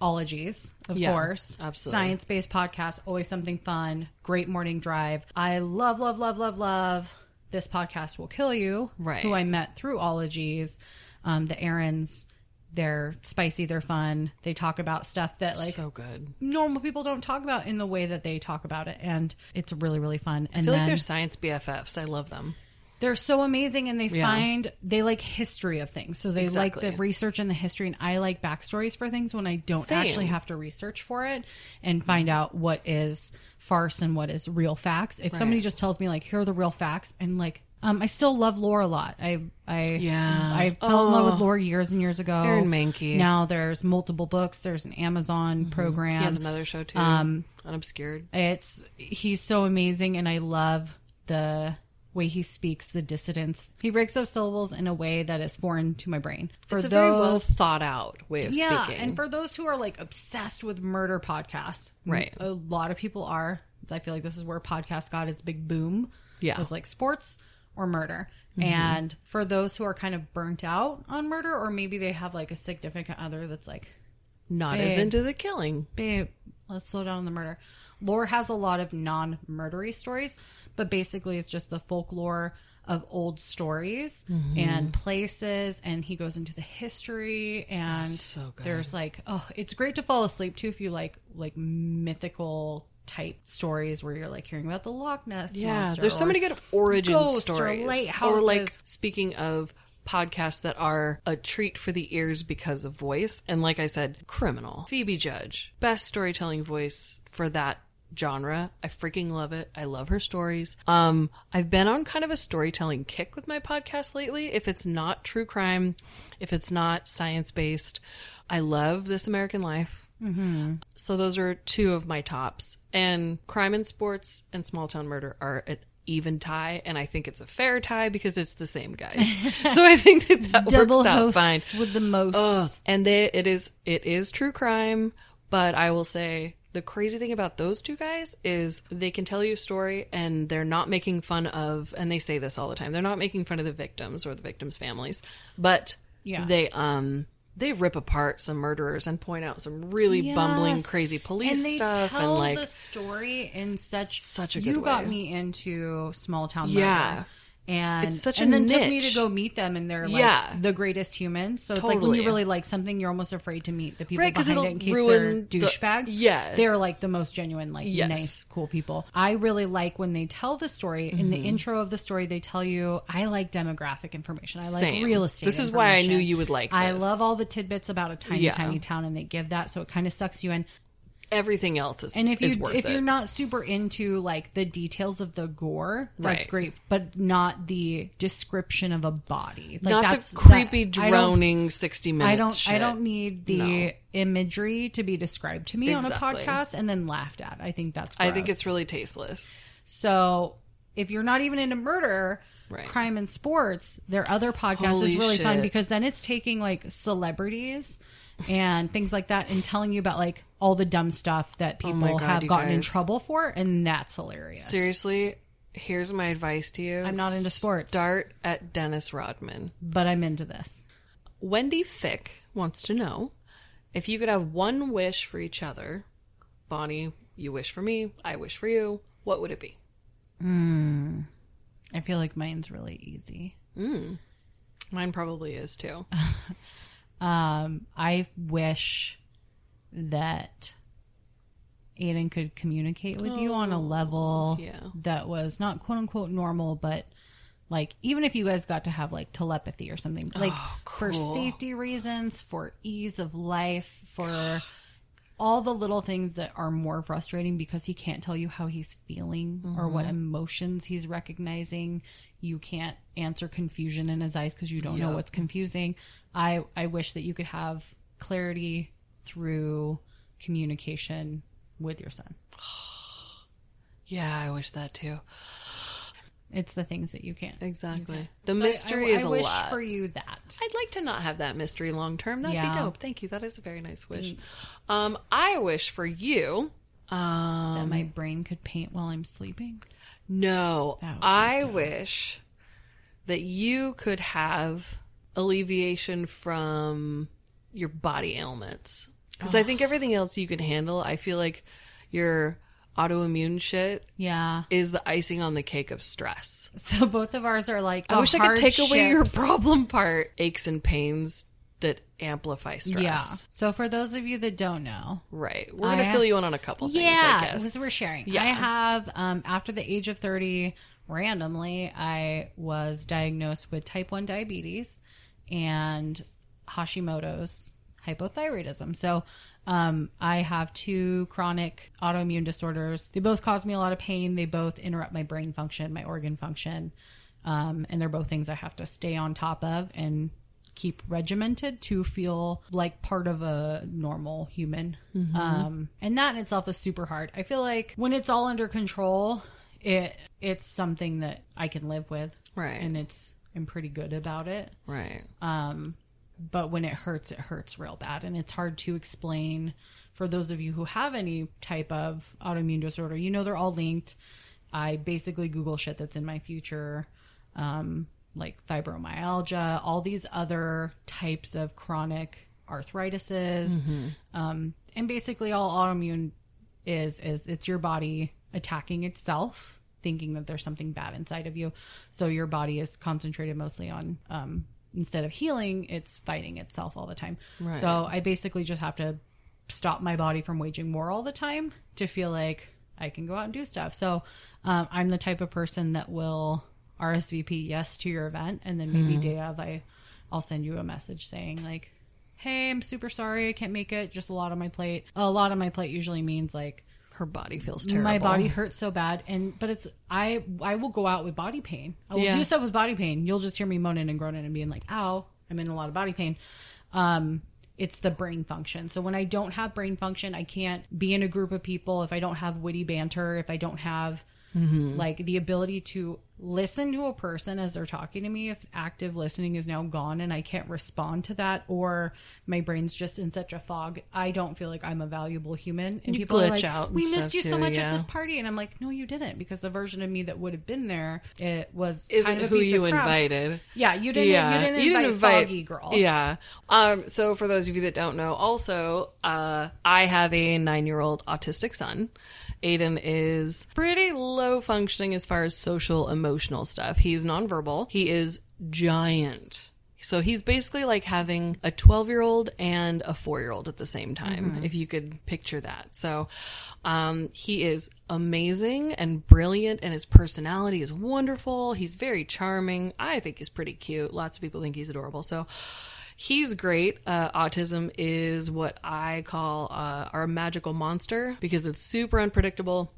[SPEAKER 2] ologies, of
[SPEAKER 1] Mm-hmm. Yeah,
[SPEAKER 2] course.
[SPEAKER 1] absolutely.
[SPEAKER 2] Science based podcast, always something fun. Great morning drive. I love, love, love, love, love. This podcast will kill you.
[SPEAKER 1] Right.
[SPEAKER 2] Who I met through ologies, um, the errands. They're spicy. They're fun. They talk about stuff that like
[SPEAKER 1] so good.
[SPEAKER 2] normal people don't talk about in the way that they talk about it, and it's really, really fun. And
[SPEAKER 1] I feel
[SPEAKER 2] then
[SPEAKER 1] like they're science BFFs. I love them.
[SPEAKER 2] they're so amazing and they
[SPEAKER 1] Yeah.
[SPEAKER 2] find they like history of things so they like
[SPEAKER 1] Exactly.
[SPEAKER 2] the research and the history and i like backstories for things when i don't
[SPEAKER 1] Same. Mm-hmm.
[SPEAKER 2] actually have to research for it and find out what is farce and what is real facts if somebody just tells me like here are the real facts and like um, I still love Lore a lot. I, I,
[SPEAKER 1] Yeah.
[SPEAKER 2] I fell in love with Lore years and years ago.
[SPEAKER 1] Aaron Mankey. Mm-hmm.
[SPEAKER 2] Now there's multiple books. There's an Amazon program.
[SPEAKER 1] He has another show too, um, Unobscured.
[SPEAKER 2] It's he's so amazing, and I love the way he speaks. The dissonance he breaks up syllables in a way that is foreign to my brain. For
[SPEAKER 1] it's a very well thought out way of
[SPEAKER 2] yeah,
[SPEAKER 1] speaking.
[SPEAKER 2] and for those who are like obsessed with murder podcasts,
[SPEAKER 1] Right.
[SPEAKER 2] A lot of people are. 'cause I feel like this is where podcasts got its big boom.
[SPEAKER 1] Yeah. Mm-hmm.
[SPEAKER 2] was like sports or murder. And for those who are kind of burnt out on murder, or maybe they have like a significant other that's like
[SPEAKER 1] not as
[SPEAKER 2] Babe.
[SPEAKER 1] into the killing.
[SPEAKER 2] babe, let's slow down on the murder. Lore has a lot of non murdery stories, but basically it's just the folklore of old stories
[SPEAKER 1] Mm-hmm.
[SPEAKER 2] and places. And he goes into the history and
[SPEAKER 1] so good.
[SPEAKER 2] there's like, oh, it's great to fall asleep to if you like, like mythical type stories where you're like hearing about the Loch Ness.
[SPEAKER 1] Yeah,
[SPEAKER 2] monster
[SPEAKER 1] there's so
[SPEAKER 2] or-
[SPEAKER 1] many good origin
[SPEAKER 2] ghosts or
[SPEAKER 1] stories.
[SPEAKER 2] lighthouses.
[SPEAKER 1] like speaking of podcasts that are a treat for the ears because of voice. And like I said, criminal. Phoebe Judge, best storytelling voice for that genre. I freaking love it. I love her stories. Um, I've been on kind of a storytelling kick with my podcast lately. If it's not true crime, if it's not science based, I love This American Life. So those are two of my tops. And crime and sports and small town murder are an even tie, and I think it's a fair tie because it's the same
[SPEAKER 2] [LAUGHS]
[SPEAKER 1] guys. so I think that that
[SPEAKER 2] double
[SPEAKER 1] works out
[SPEAKER 2] hosts
[SPEAKER 1] fine.
[SPEAKER 2] with the most.
[SPEAKER 1] Ugh. And they, it is it is true crime, but I will say the crazy thing about those two guys is they can tell you a story and they're not making fun of and they say this all the time. They're not making fun of the victims or the victims' families, but
[SPEAKER 2] Yeah.
[SPEAKER 1] they um they rip apart some murderers and point out some really bumbling
[SPEAKER 2] Yes.
[SPEAKER 1] crazy police
[SPEAKER 2] and they
[SPEAKER 1] stuff
[SPEAKER 2] tell
[SPEAKER 1] and like
[SPEAKER 2] the story in such
[SPEAKER 1] Such a
[SPEAKER 2] you
[SPEAKER 1] good
[SPEAKER 2] got
[SPEAKER 1] way.
[SPEAKER 2] me into small town murder.
[SPEAKER 1] Yeah.
[SPEAKER 2] and
[SPEAKER 1] It's such a
[SPEAKER 2] and then took me
[SPEAKER 1] niche.
[SPEAKER 2] to go meet them and they're like
[SPEAKER 1] Yeah.
[SPEAKER 2] the greatest humans so it's like when
[SPEAKER 1] Totally.
[SPEAKER 2] you really like something you're almost afraid to meet the people
[SPEAKER 1] Right, 'cause
[SPEAKER 2] behind it
[SPEAKER 1] it'll
[SPEAKER 2] in case
[SPEAKER 1] ruin the-
[SPEAKER 2] they're douchebags
[SPEAKER 1] yeah.
[SPEAKER 2] they're like the most genuine like
[SPEAKER 1] Yes.
[SPEAKER 2] nice cool people I really like when they tell the story in
[SPEAKER 1] Mm-hmm.
[SPEAKER 2] the intro of the story they tell you I like demographic information I like
[SPEAKER 1] Same.
[SPEAKER 2] real estate
[SPEAKER 1] This is why I
[SPEAKER 2] information.
[SPEAKER 1] knew you would like
[SPEAKER 2] I
[SPEAKER 1] this.
[SPEAKER 2] love all the tidbits about a tiny
[SPEAKER 1] Yeah.
[SPEAKER 2] tiny town and they give that so it kind of sucks you in
[SPEAKER 1] everything else is
[SPEAKER 2] and if
[SPEAKER 1] is
[SPEAKER 2] you
[SPEAKER 1] worth
[SPEAKER 2] if
[SPEAKER 1] it.
[SPEAKER 2] you're not super into like the details of the gore, that's
[SPEAKER 1] Right.
[SPEAKER 2] great, but not the description of a body. Like
[SPEAKER 1] not
[SPEAKER 2] that's
[SPEAKER 1] the creepy
[SPEAKER 2] that- I don't-
[SPEAKER 1] droning sixty minutes.
[SPEAKER 2] I don't. I
[SPEAKER 1] shit.
[SPEAKER 2] don't need the
[SPEAKER 1] No.
[SPEAKER 2] imagery to be described to me on a
[SPEAKER 1] Exactly.
[SPEAKER 2] podcast and then laughed at. I think that's.
[SPEAKER 1] I
[SPEAKER 2] Gross.
[SPEAKER 1] think it's really tasteless.
[SPEAKER 2] so. If you're not even into murder,
[SPEAKER 1] Right.
[SPEAKER 2] crime, and sports, their other podcast
[SPEAKER 1] Holy
[SPEAKER 2] is really fun
[SPEAKER 1] shit.
[SPEAKER 2] because then it's taking like celebrities and things like that and telling you about like all the dumb stuff that people
[SPEAKER 1] Oh God,
[SPEAKER 2] have
[SPEAKER 1] you
[SPEAKER 2] gotten in
[SPEAKER 1] guys.
[SPEAKER 2] trouble for, and that's hilarious.
[SPEAKER 1] Seriously, here's my advice to you.
[SPEAKER 2] I'm not into sports.
[SPEAKER 1] Start at Dennis Rodman.
[SPEAKER 2] But I'm into this.
[SPEAKER 1] Wendy Fick wants to know if you could have one wish for each other. Bonnie, you wish for me. I wish for you. What would it be?
[SPEAKER 2] I feel like mine's really easy.
[SPEAKER 1] Mine probably is [LAUGHS] too.
[SPEAKER 2] Um, I wish that Aiden could communicate with you on a level
[SPEAKER 1] yeah.
[SPEAKER 2] that was not quote unquote normal, but like even if you guys got to have like telepathy or something, like for safety reasons, for ease of life, for [SIGHS] all the little things that are more frustrating because he can't tell you how he's feeling or what
[SPEAKER 1] Mm-hmm.
[SPEAKER 2] emotions he's recognizing. You can't answer confusion in his eyes because you don't know what's confusing. I I wish that you could have clarity through communication with your son.
[SPEAKER 1] Yeah, I wish that too.
[SPEAKER 2] It's the things that you can't.
[SPEAKER 1] Exactly.
[SPEAKER 2] Okay.
[SPEAKER 1] The
[SPEAKER 2] So I-
[SPEAKER 1] mystery
[SPEAKER 2] I,
[SPEAKER 1] is
[SPEAKER 2] I
[SPEAKER 1] a
[SPEAKER 2] wish
[SPEAKER 1] lot.
[SPEAKER 2] for you that.
[SPEAKER 1] I'd like to not have that mystery long term. That'd
[SPEAKER 2] Yeah.
[SPEAKER 1] be dope. Thank you. That is a very nice wish. Um, I wish for you. Um,
[SPEAKER 2] that my brain could paint while I'm sleeping.
[SPEAKER 1] No,
[SPEAKER 2] That would be
[SPEAKER 1] I
[SPEAKER 2] dope.
[SPEAKER 1] wish that you could have alleviation from your body ailments. Because I think everything else you can handle. I feel like your autoimmune shit
[SPEAKER 2] Yeah.
[SPEAKER 1] is the icing on the cake of stress.
[SPEAKER 2] So both of ours are like.
[SPEAKER 1] I
[SPEAKER 2] the
[SPEAKER 1] wish I could take away your
[SPEAKER 2] hardships.
[SPEAKER 1] problem part, aches and pains that amplify stress.
[SPEAKER 2] Yeah. So for those of you that don't know,
[SPEAKER 1] Right. We're
[SPEAKER 2] I
[SPEAKER 1] gonna fill
[SPEAKER 2] have-
[SPEAKER 1] you in on a couple things, I
[SPEAKER 2] yeah,
[SPEAKER 1] guess.
[SPEAKER 2] because we're sharing.
[SPEAKER 1] Yeah.
[SPEAKER 2] I have um, after the age of thirty, randomly, I was diagnosed with type one diabetes and Hashimoto's hypothyroidism. So. Um, I have two chronic autoimmune disorders. They both cause me a lot of pain. They both interrupt my brain function, my organ function. Um, and they're both things I have to stay on top of and keep regimented to feel like part of a normal human. Um, and that in itself is super hard. I feel like when it's all under control, it it's something that I can live with,
[SPEAKER 1] Right.
[SPEAKER 2] And it's I'm pretty good about it.
[SPEAKER 1] right.
[SPEAKER 2] But when it hurts, it hurts real bad, and it's hard to explain. For those of you who have any type of autoimmune disorder, you know they're all linked. I basically Google shit that's in my future um, like fibromyalgia, all these other types of chronic arthritises, um, and basically all autoimmune is is it's your body attacking itself, thinking that there's something bad inside of you. So your body is concentrated mostly on um, instead of healing, it's fighting itself all the time. So I basically just have to stop my body from waging war all the time to feel like I can go out and do stuff. So um, I'm the type of person that will RSVP yes to your event, and then maybe day of I, I'll send you a message saying like, "Hey, I'm super sorry I can't make it. Just a lot on my plate. A lot on my plate usually means like."
[SPEAKER 1] Her body feels terrible.
[SPEAKER 2] My body hurts so bad, and but it's I I will go out with body pain. I will
[SPEAKER 1] Yeah.
[SPEAKER 2] do stuff with body pain. You'll just hear me moaning and groaning and being like, "Ow, I'm in a lot of body pain." Um, it's the brain function. So when I don't have brain function, I can't be in a group of people. If I don't have witty banter, if I don't have
[SPEAKER 1] Mm-hmm.
[SPEAKER 2] like the ability to listen to a person as they're talking to me if active listening is now gone and i can't respond to that or my brain's just in such a fog i don't feel like i'm a valuable human and
[SPEAKER 1] You
[SPEAKER 2] people are
[SPEAKER 1] glitch
[SPEAKER 2] like
[SPEAKER 1] out and
[SPEAKER 2] we missed
[SPEAKER 1] stuff
[SPEAKER 2] you so
[SPEAKER 1] too,
[SPEAKER 2] much at
[SPEAKER 1] yeah.
[SPEAKER 2] this party and i'm like no you didn't because the version of me that would have been there it was
[SPEAKER 1] isn't
[SPEAKER 2] kind of a
[SPEAKER 1] who
[SPEAKER 2] piece of
[SPEAKER 1] you
[SPEAKER 2] crap.
[SPEAKER 1] invited.
[SPEAKER 2] yeah you didn't
[SPEAKER 1] yeah,
[SPEAKER 2] you didn't invite foggy girl
[SPEAKER 1] Yeah. Um, so for those of you that don't know, also, uh, I have a nine-year-old autistic son. Aiden is pretty low functioning as far as social emotional stuff. He's nonverbal. He is giant. So he's basically like having a 12 year old and a four year old at the same time, if you could picture that. So um, he is amazing and brilliant, and his personality is wonderful. He's very charming. I think he's pretty cute. Lots of people think he's adorable. So he's great. Uh, autism is what I call uh, our magical monster because it's super unpredictable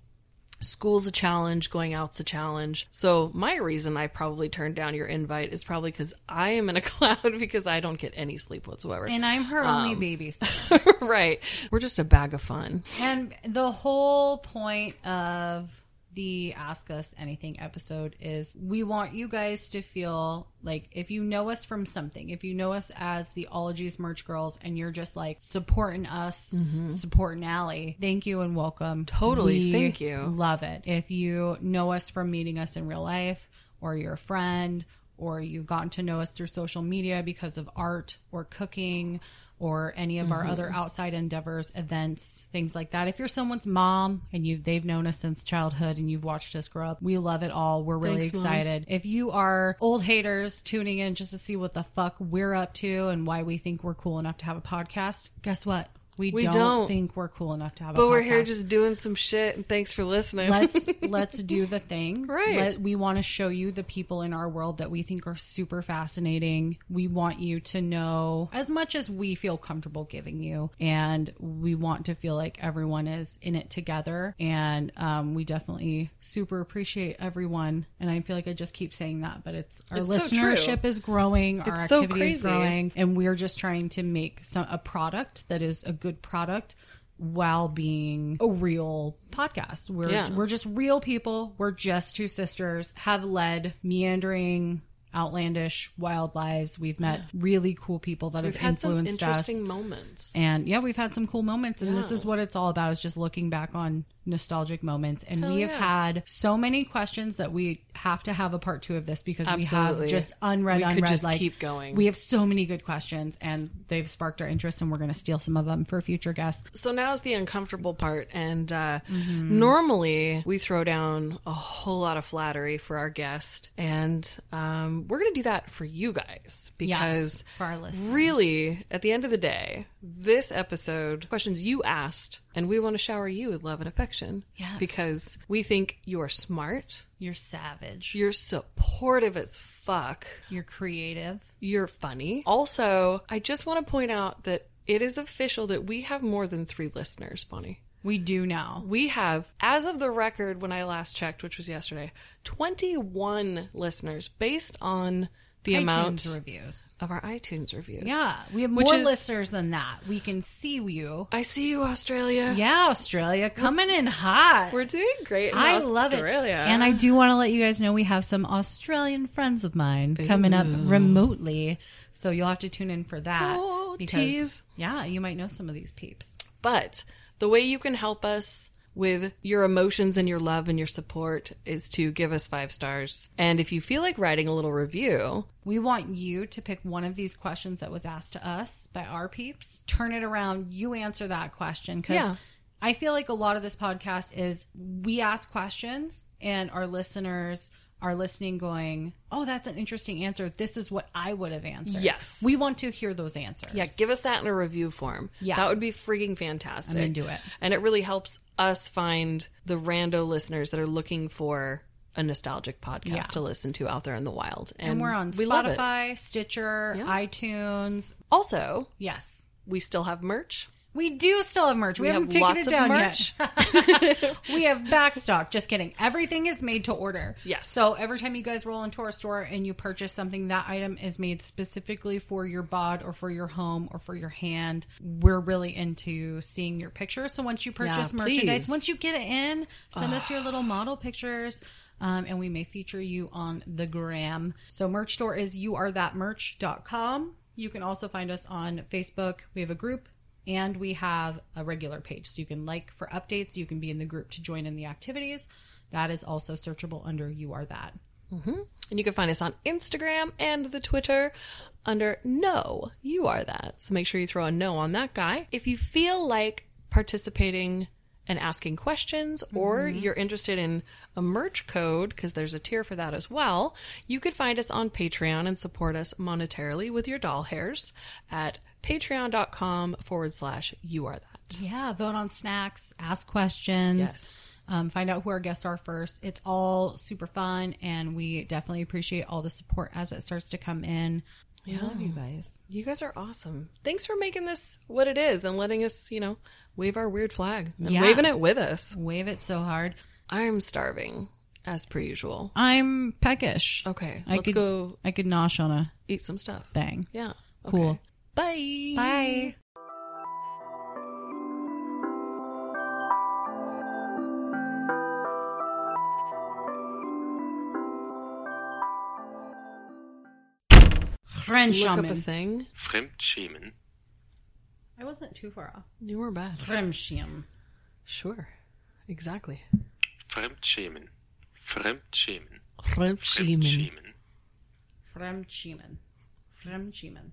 [SPEAKER 1] school's a challenge, going out's a challenge. So my reason I probably turned down your invite is probably because I am in a [LAUGHS] cloud because I don't get any sleep whatsoever.
[SPEAKER 2] and i'm her only
[SPEAKER 1] Um, [LAUGHS]
[SPEAKER 2] babysitter
[SPEAKER 1] right. We're just a bag of fun.
[SPEAKER 2] And the whole point of the Ask Us Anything episode is we want you guys to feel like if you know us from something, if you know us as the Ologies Merch Girls and you're just like supporting us, supporting Allie, thank you and welcome.
[SPEAKER 1] Mm-hmm. Totally.
[SPEAKER 2] We
[SPEAKER 1] Thank you.
[SPEAKER 2] Love it. If you know us from meeting us in real life or you're a friend or you've gotten to know us through social media because of art or cooking or any of
[SPEAKER 1] Mm-hmm.
[SPEAKER 2] our other outside endeavors, events, things like that. If you're someone's mom and you they've known us since childhood and you've watched us grow up, we love it all. We're really
[SPEAKER 1] Thanks, moms.
[SPEAKER 2] excited. If you are old haters tuning in just to see what the fuck we're up to and why we think we're cool enough to have a podcast, guess what? We,
[SPEAKER 1] We
[SPEAKER 2] don't,
[SPEAKER 1] don't.
[SPEAKER 2] think we're cool enough to have a podcast
[SPEAKER 1] But we're here just doing some shit and thanks for listening. [LAUGHS]
[SPEAKER 2] let's let's do the thing.
[SPEAKER 1] Right.
[SPEAKER 2] Let- we want to show you the people in our world that we think are super fascinating. We want you to know as much as we feel comfortable giving you, and we want to feel like everyone is in it together. And um, we definitely super appreciate everyone. And I feel like I just keep saying that, but it's our
[SPEAKER 1] It's so true.
[SPEAKER 2] listenership is growing, our
[SPEAKER 1] It's so
[SPEAKER 2] activity
[SPEAKER 1] crazy.
[SPEAKER 2] is growing, and we're just trying to make some a product that is a good product while being a real podcast. We're
[SPEAKER 1] Yeah.
[SPEAKER 2] we're just real people. We're just two sisters. Have led meandering, outlandish, wild lives. We've met really cool people that
[SPEAKER 1] We've
[SPEAKER 2] have
[SPEAKER 1] had some
[SPEAKER 2] influenced us.
[SPEAKER 1] interesting moments.
[SPEAKER 2] And yeah, we've had some cool moments, and this
[SPEAKER 1] Yeah.
[SPEAKER 2] is what it's all about: is just looking back on nostalgic moments. And
[SPEAKER 1] Hell
[SPEAKER 2] we have
[SPEAKER 1] yeah.
[SPEAKER 2] had so many questions that we have to have a part two of this because we
[SPEAKER 1] Absolutely.
[SPEAKER 2] have just unread,
[SPEAKER 1] We could
[SPEAKER 2] unread.
[SPEAKER 1] just
[SPEAKER 2] like
[SPEAKER 1] keep going.
[SPEAKER 2] We have so many good questions, and they've sparked our interest, and we're going to steal some of them for future guests.
[SPEAKER 1] So now is the uncomfortable part, and uh,
[SPEAKER 2] Mm-hmm.
[SPEAKER 1] normally we throw down a whole lot of flattery for our guest, and um, we're going to do that for you guys because
[SPEAKER 2] for our listeners.
[SPEAKER 1] really, at the end of the day, this episode questions you asked, and we want to shower you with love and affection
[SPEAKER 2] Yes.
[SPEAKER 1] because we think you are smart,
[SPEAKER 2] You're savage.
[SPEAKER 1] you're supportive as fuck,
[SPEAKER 2] You're creative.
[SPEAKER 1] you're funny. Also, I just want to point out that it is official that we have more than three listeners, Bonnie.
[SPEAKER 2] We do now.
[SPEAKER 1] We have, as of the record when I last checked, which was yesterday, 21 listeners based on the amount
[SPEAKER 2] iTunes reviews.
[SPEAKER 1] of our iTunes reviews.
[SPEAKER 2] Yeah, we have
[SPEAKER 1] Which
[SPEAKER 2] more
[SPEAKER 1] is-
[SPEAKER 2] listeners than that. We can see you.
[SPEAKER 1] I see you, Australia.
[SPEAKER 2] Yeah, Australia coming in hot.
[SPEAKER 1] We're doing great. In
[SPEAKER 2] I love
[SPEAKER 1] Australia.
[SPEAKER 2] it. And I do want to let you guys know we have some Australian friends of mine coming up remotely. So you'll have to tune in for that.
[SPEAKER 1] Oh,
[SPEAKER 2] because,
[SPEAKER 1] tease.
[SPEAKER 2] Yeah, you might know some of these peeps.
[SPEAKER 1] But the way you can help us with your emotions and your love and your support is to give us five stars. And if you feel like writing a little review,
[SPEAKER 2] We want you to pick one of these questions that was asked to us by our peeps, turn it around, you answer that question. Because
[SPEAKER 1] Yeah.
[SPEAKER 2] I feel like a lot of this podcast is we ask questions and our listeners are listening going, oh, that's an interesting answer. This is what I would have answered.
[SPEAKER 1] Yes.
[SPEAKER 2] We want to hear those answers.
[SPEAKER 1] Yeah, give us that in a review form.
[SPEAKER 2] Yeah.
[SPEAKER 1] That would be freaking fantastic.
[SPEAKER 2] I'm into it.
[SPEAKER 1] And it really helps us find the rando listeners that are looking for a nostalgic podcast
[SPEAKER 2] Yeah.
[SPEAKER 1] to listen to out there in the wild.
[SPEAKER 2] And we're on
[SPEAKER 1] we love it.
[SPEAKER 2] Spotify, Stitcher,
[SPEAKER 1] Yeah.
[SPEAKER 2] iTunes.
[SPEAKER 1] Also,
[SPEAKER 2] Yes.
[SPEAKER 1] we still have merch.
[SPEAKER 2] We do still have merch. We,
[SPEAKER 1] We have
[SPEAKER 2] haven't taken
[SPEAKER 1] lots
[SPEAKER 2] it
[SPEAKER 1] of
[SPEAKER 2] down [LAUGHS]
[SPEAKER 1] merch.
[SPEAKER 2] yet. we have back stock. Just kidding. Everything is made to order.
[SPEAKER 1] Yes.
[SPEAKER 2] So every time you guys roll into our store and you purchase something, that item is made specifically for your bod or for your home or for your hand. We're really into seeing your pictures. So once you purchase
[SPEAKER 1] Yeah,
[SPEAKER 2] merchandise,
[SPEAKER 1] please.
[SPEAKER 2] once you get it in, send us your little model pictures. Um, and we may feature you on the gram. So merch store is youarethatmerch.com. You can also find us on Facebook. We have a group and we have a regular page. So you can like for updates. You can be in the group to join in the activities. That is also searchable under You Are That.
[SPEAKER 1] And you can find us on Instagram and the Twitter under No, you are that. So make sure you throw a no on that guy. If you feel like participating and asking questions, or you're interested in a merch code, because there's a tier for that as well, you could find us on Patreon and support us monetarily with your doll hairs at patreon.com forward slash you are that.
[SPEAKER 2] Yeah, vote on snacks, ask questions.
[SPEAKER 1] Yes.
[SPEAKER 2] Um, find out who our guests are first. It's all super fun, and we definitely appreciate all the support as it starts to come in. We love you guys.
[SPEAKER 1] You guys are awesome. Thanks for making this what it is and letting us, you know, wave our weird flag and
[SPEAKER 2] Yes.
[SPEAKER 1] waving it with us.
[SPEAKER 2] Wave it so hard.
[SPEAKER 1] I'm starving, as per usual.
[SPEAKER 2] I'm peckish.
[SPEAKER 1] Okay,
[SPEAKER 2] I
[SPEAKER 1] let's
[SPEAKER 2] could,
[SPEAKER 1] go
[SPEAKER 2] I could nosh on a
[SPEAKER 1] eat some stuff.
[SPEAKER 2] thing.
[SPEAKER 1] Yeah. okay.
[SPEAKER 2] Cool.
[SPEAKER 1] Bye.
[SPEAKER 2] Bye.
[SPEAKER 1] Look up a
[SPEAKER 2] Fremdschammen.
[SPEAKER 1] thing.
[SPEAKER 3] Fremdschämen.
[SPEAKER 2] I wasn't too far off.
[SPEAKER 1] You were bad.
[SPEAKER 2] Fremdschirm.
[SPEAKER 1] Sure. Exactly.
[SPEAKER 3] Fremdschämen. Fremdschämen.
[SPEAKER 1] Fremdschämen.
[SPEAKER 3] Fremdschämen.
[SPEAKER 2] Fremdschirmen. Fremdschirmen.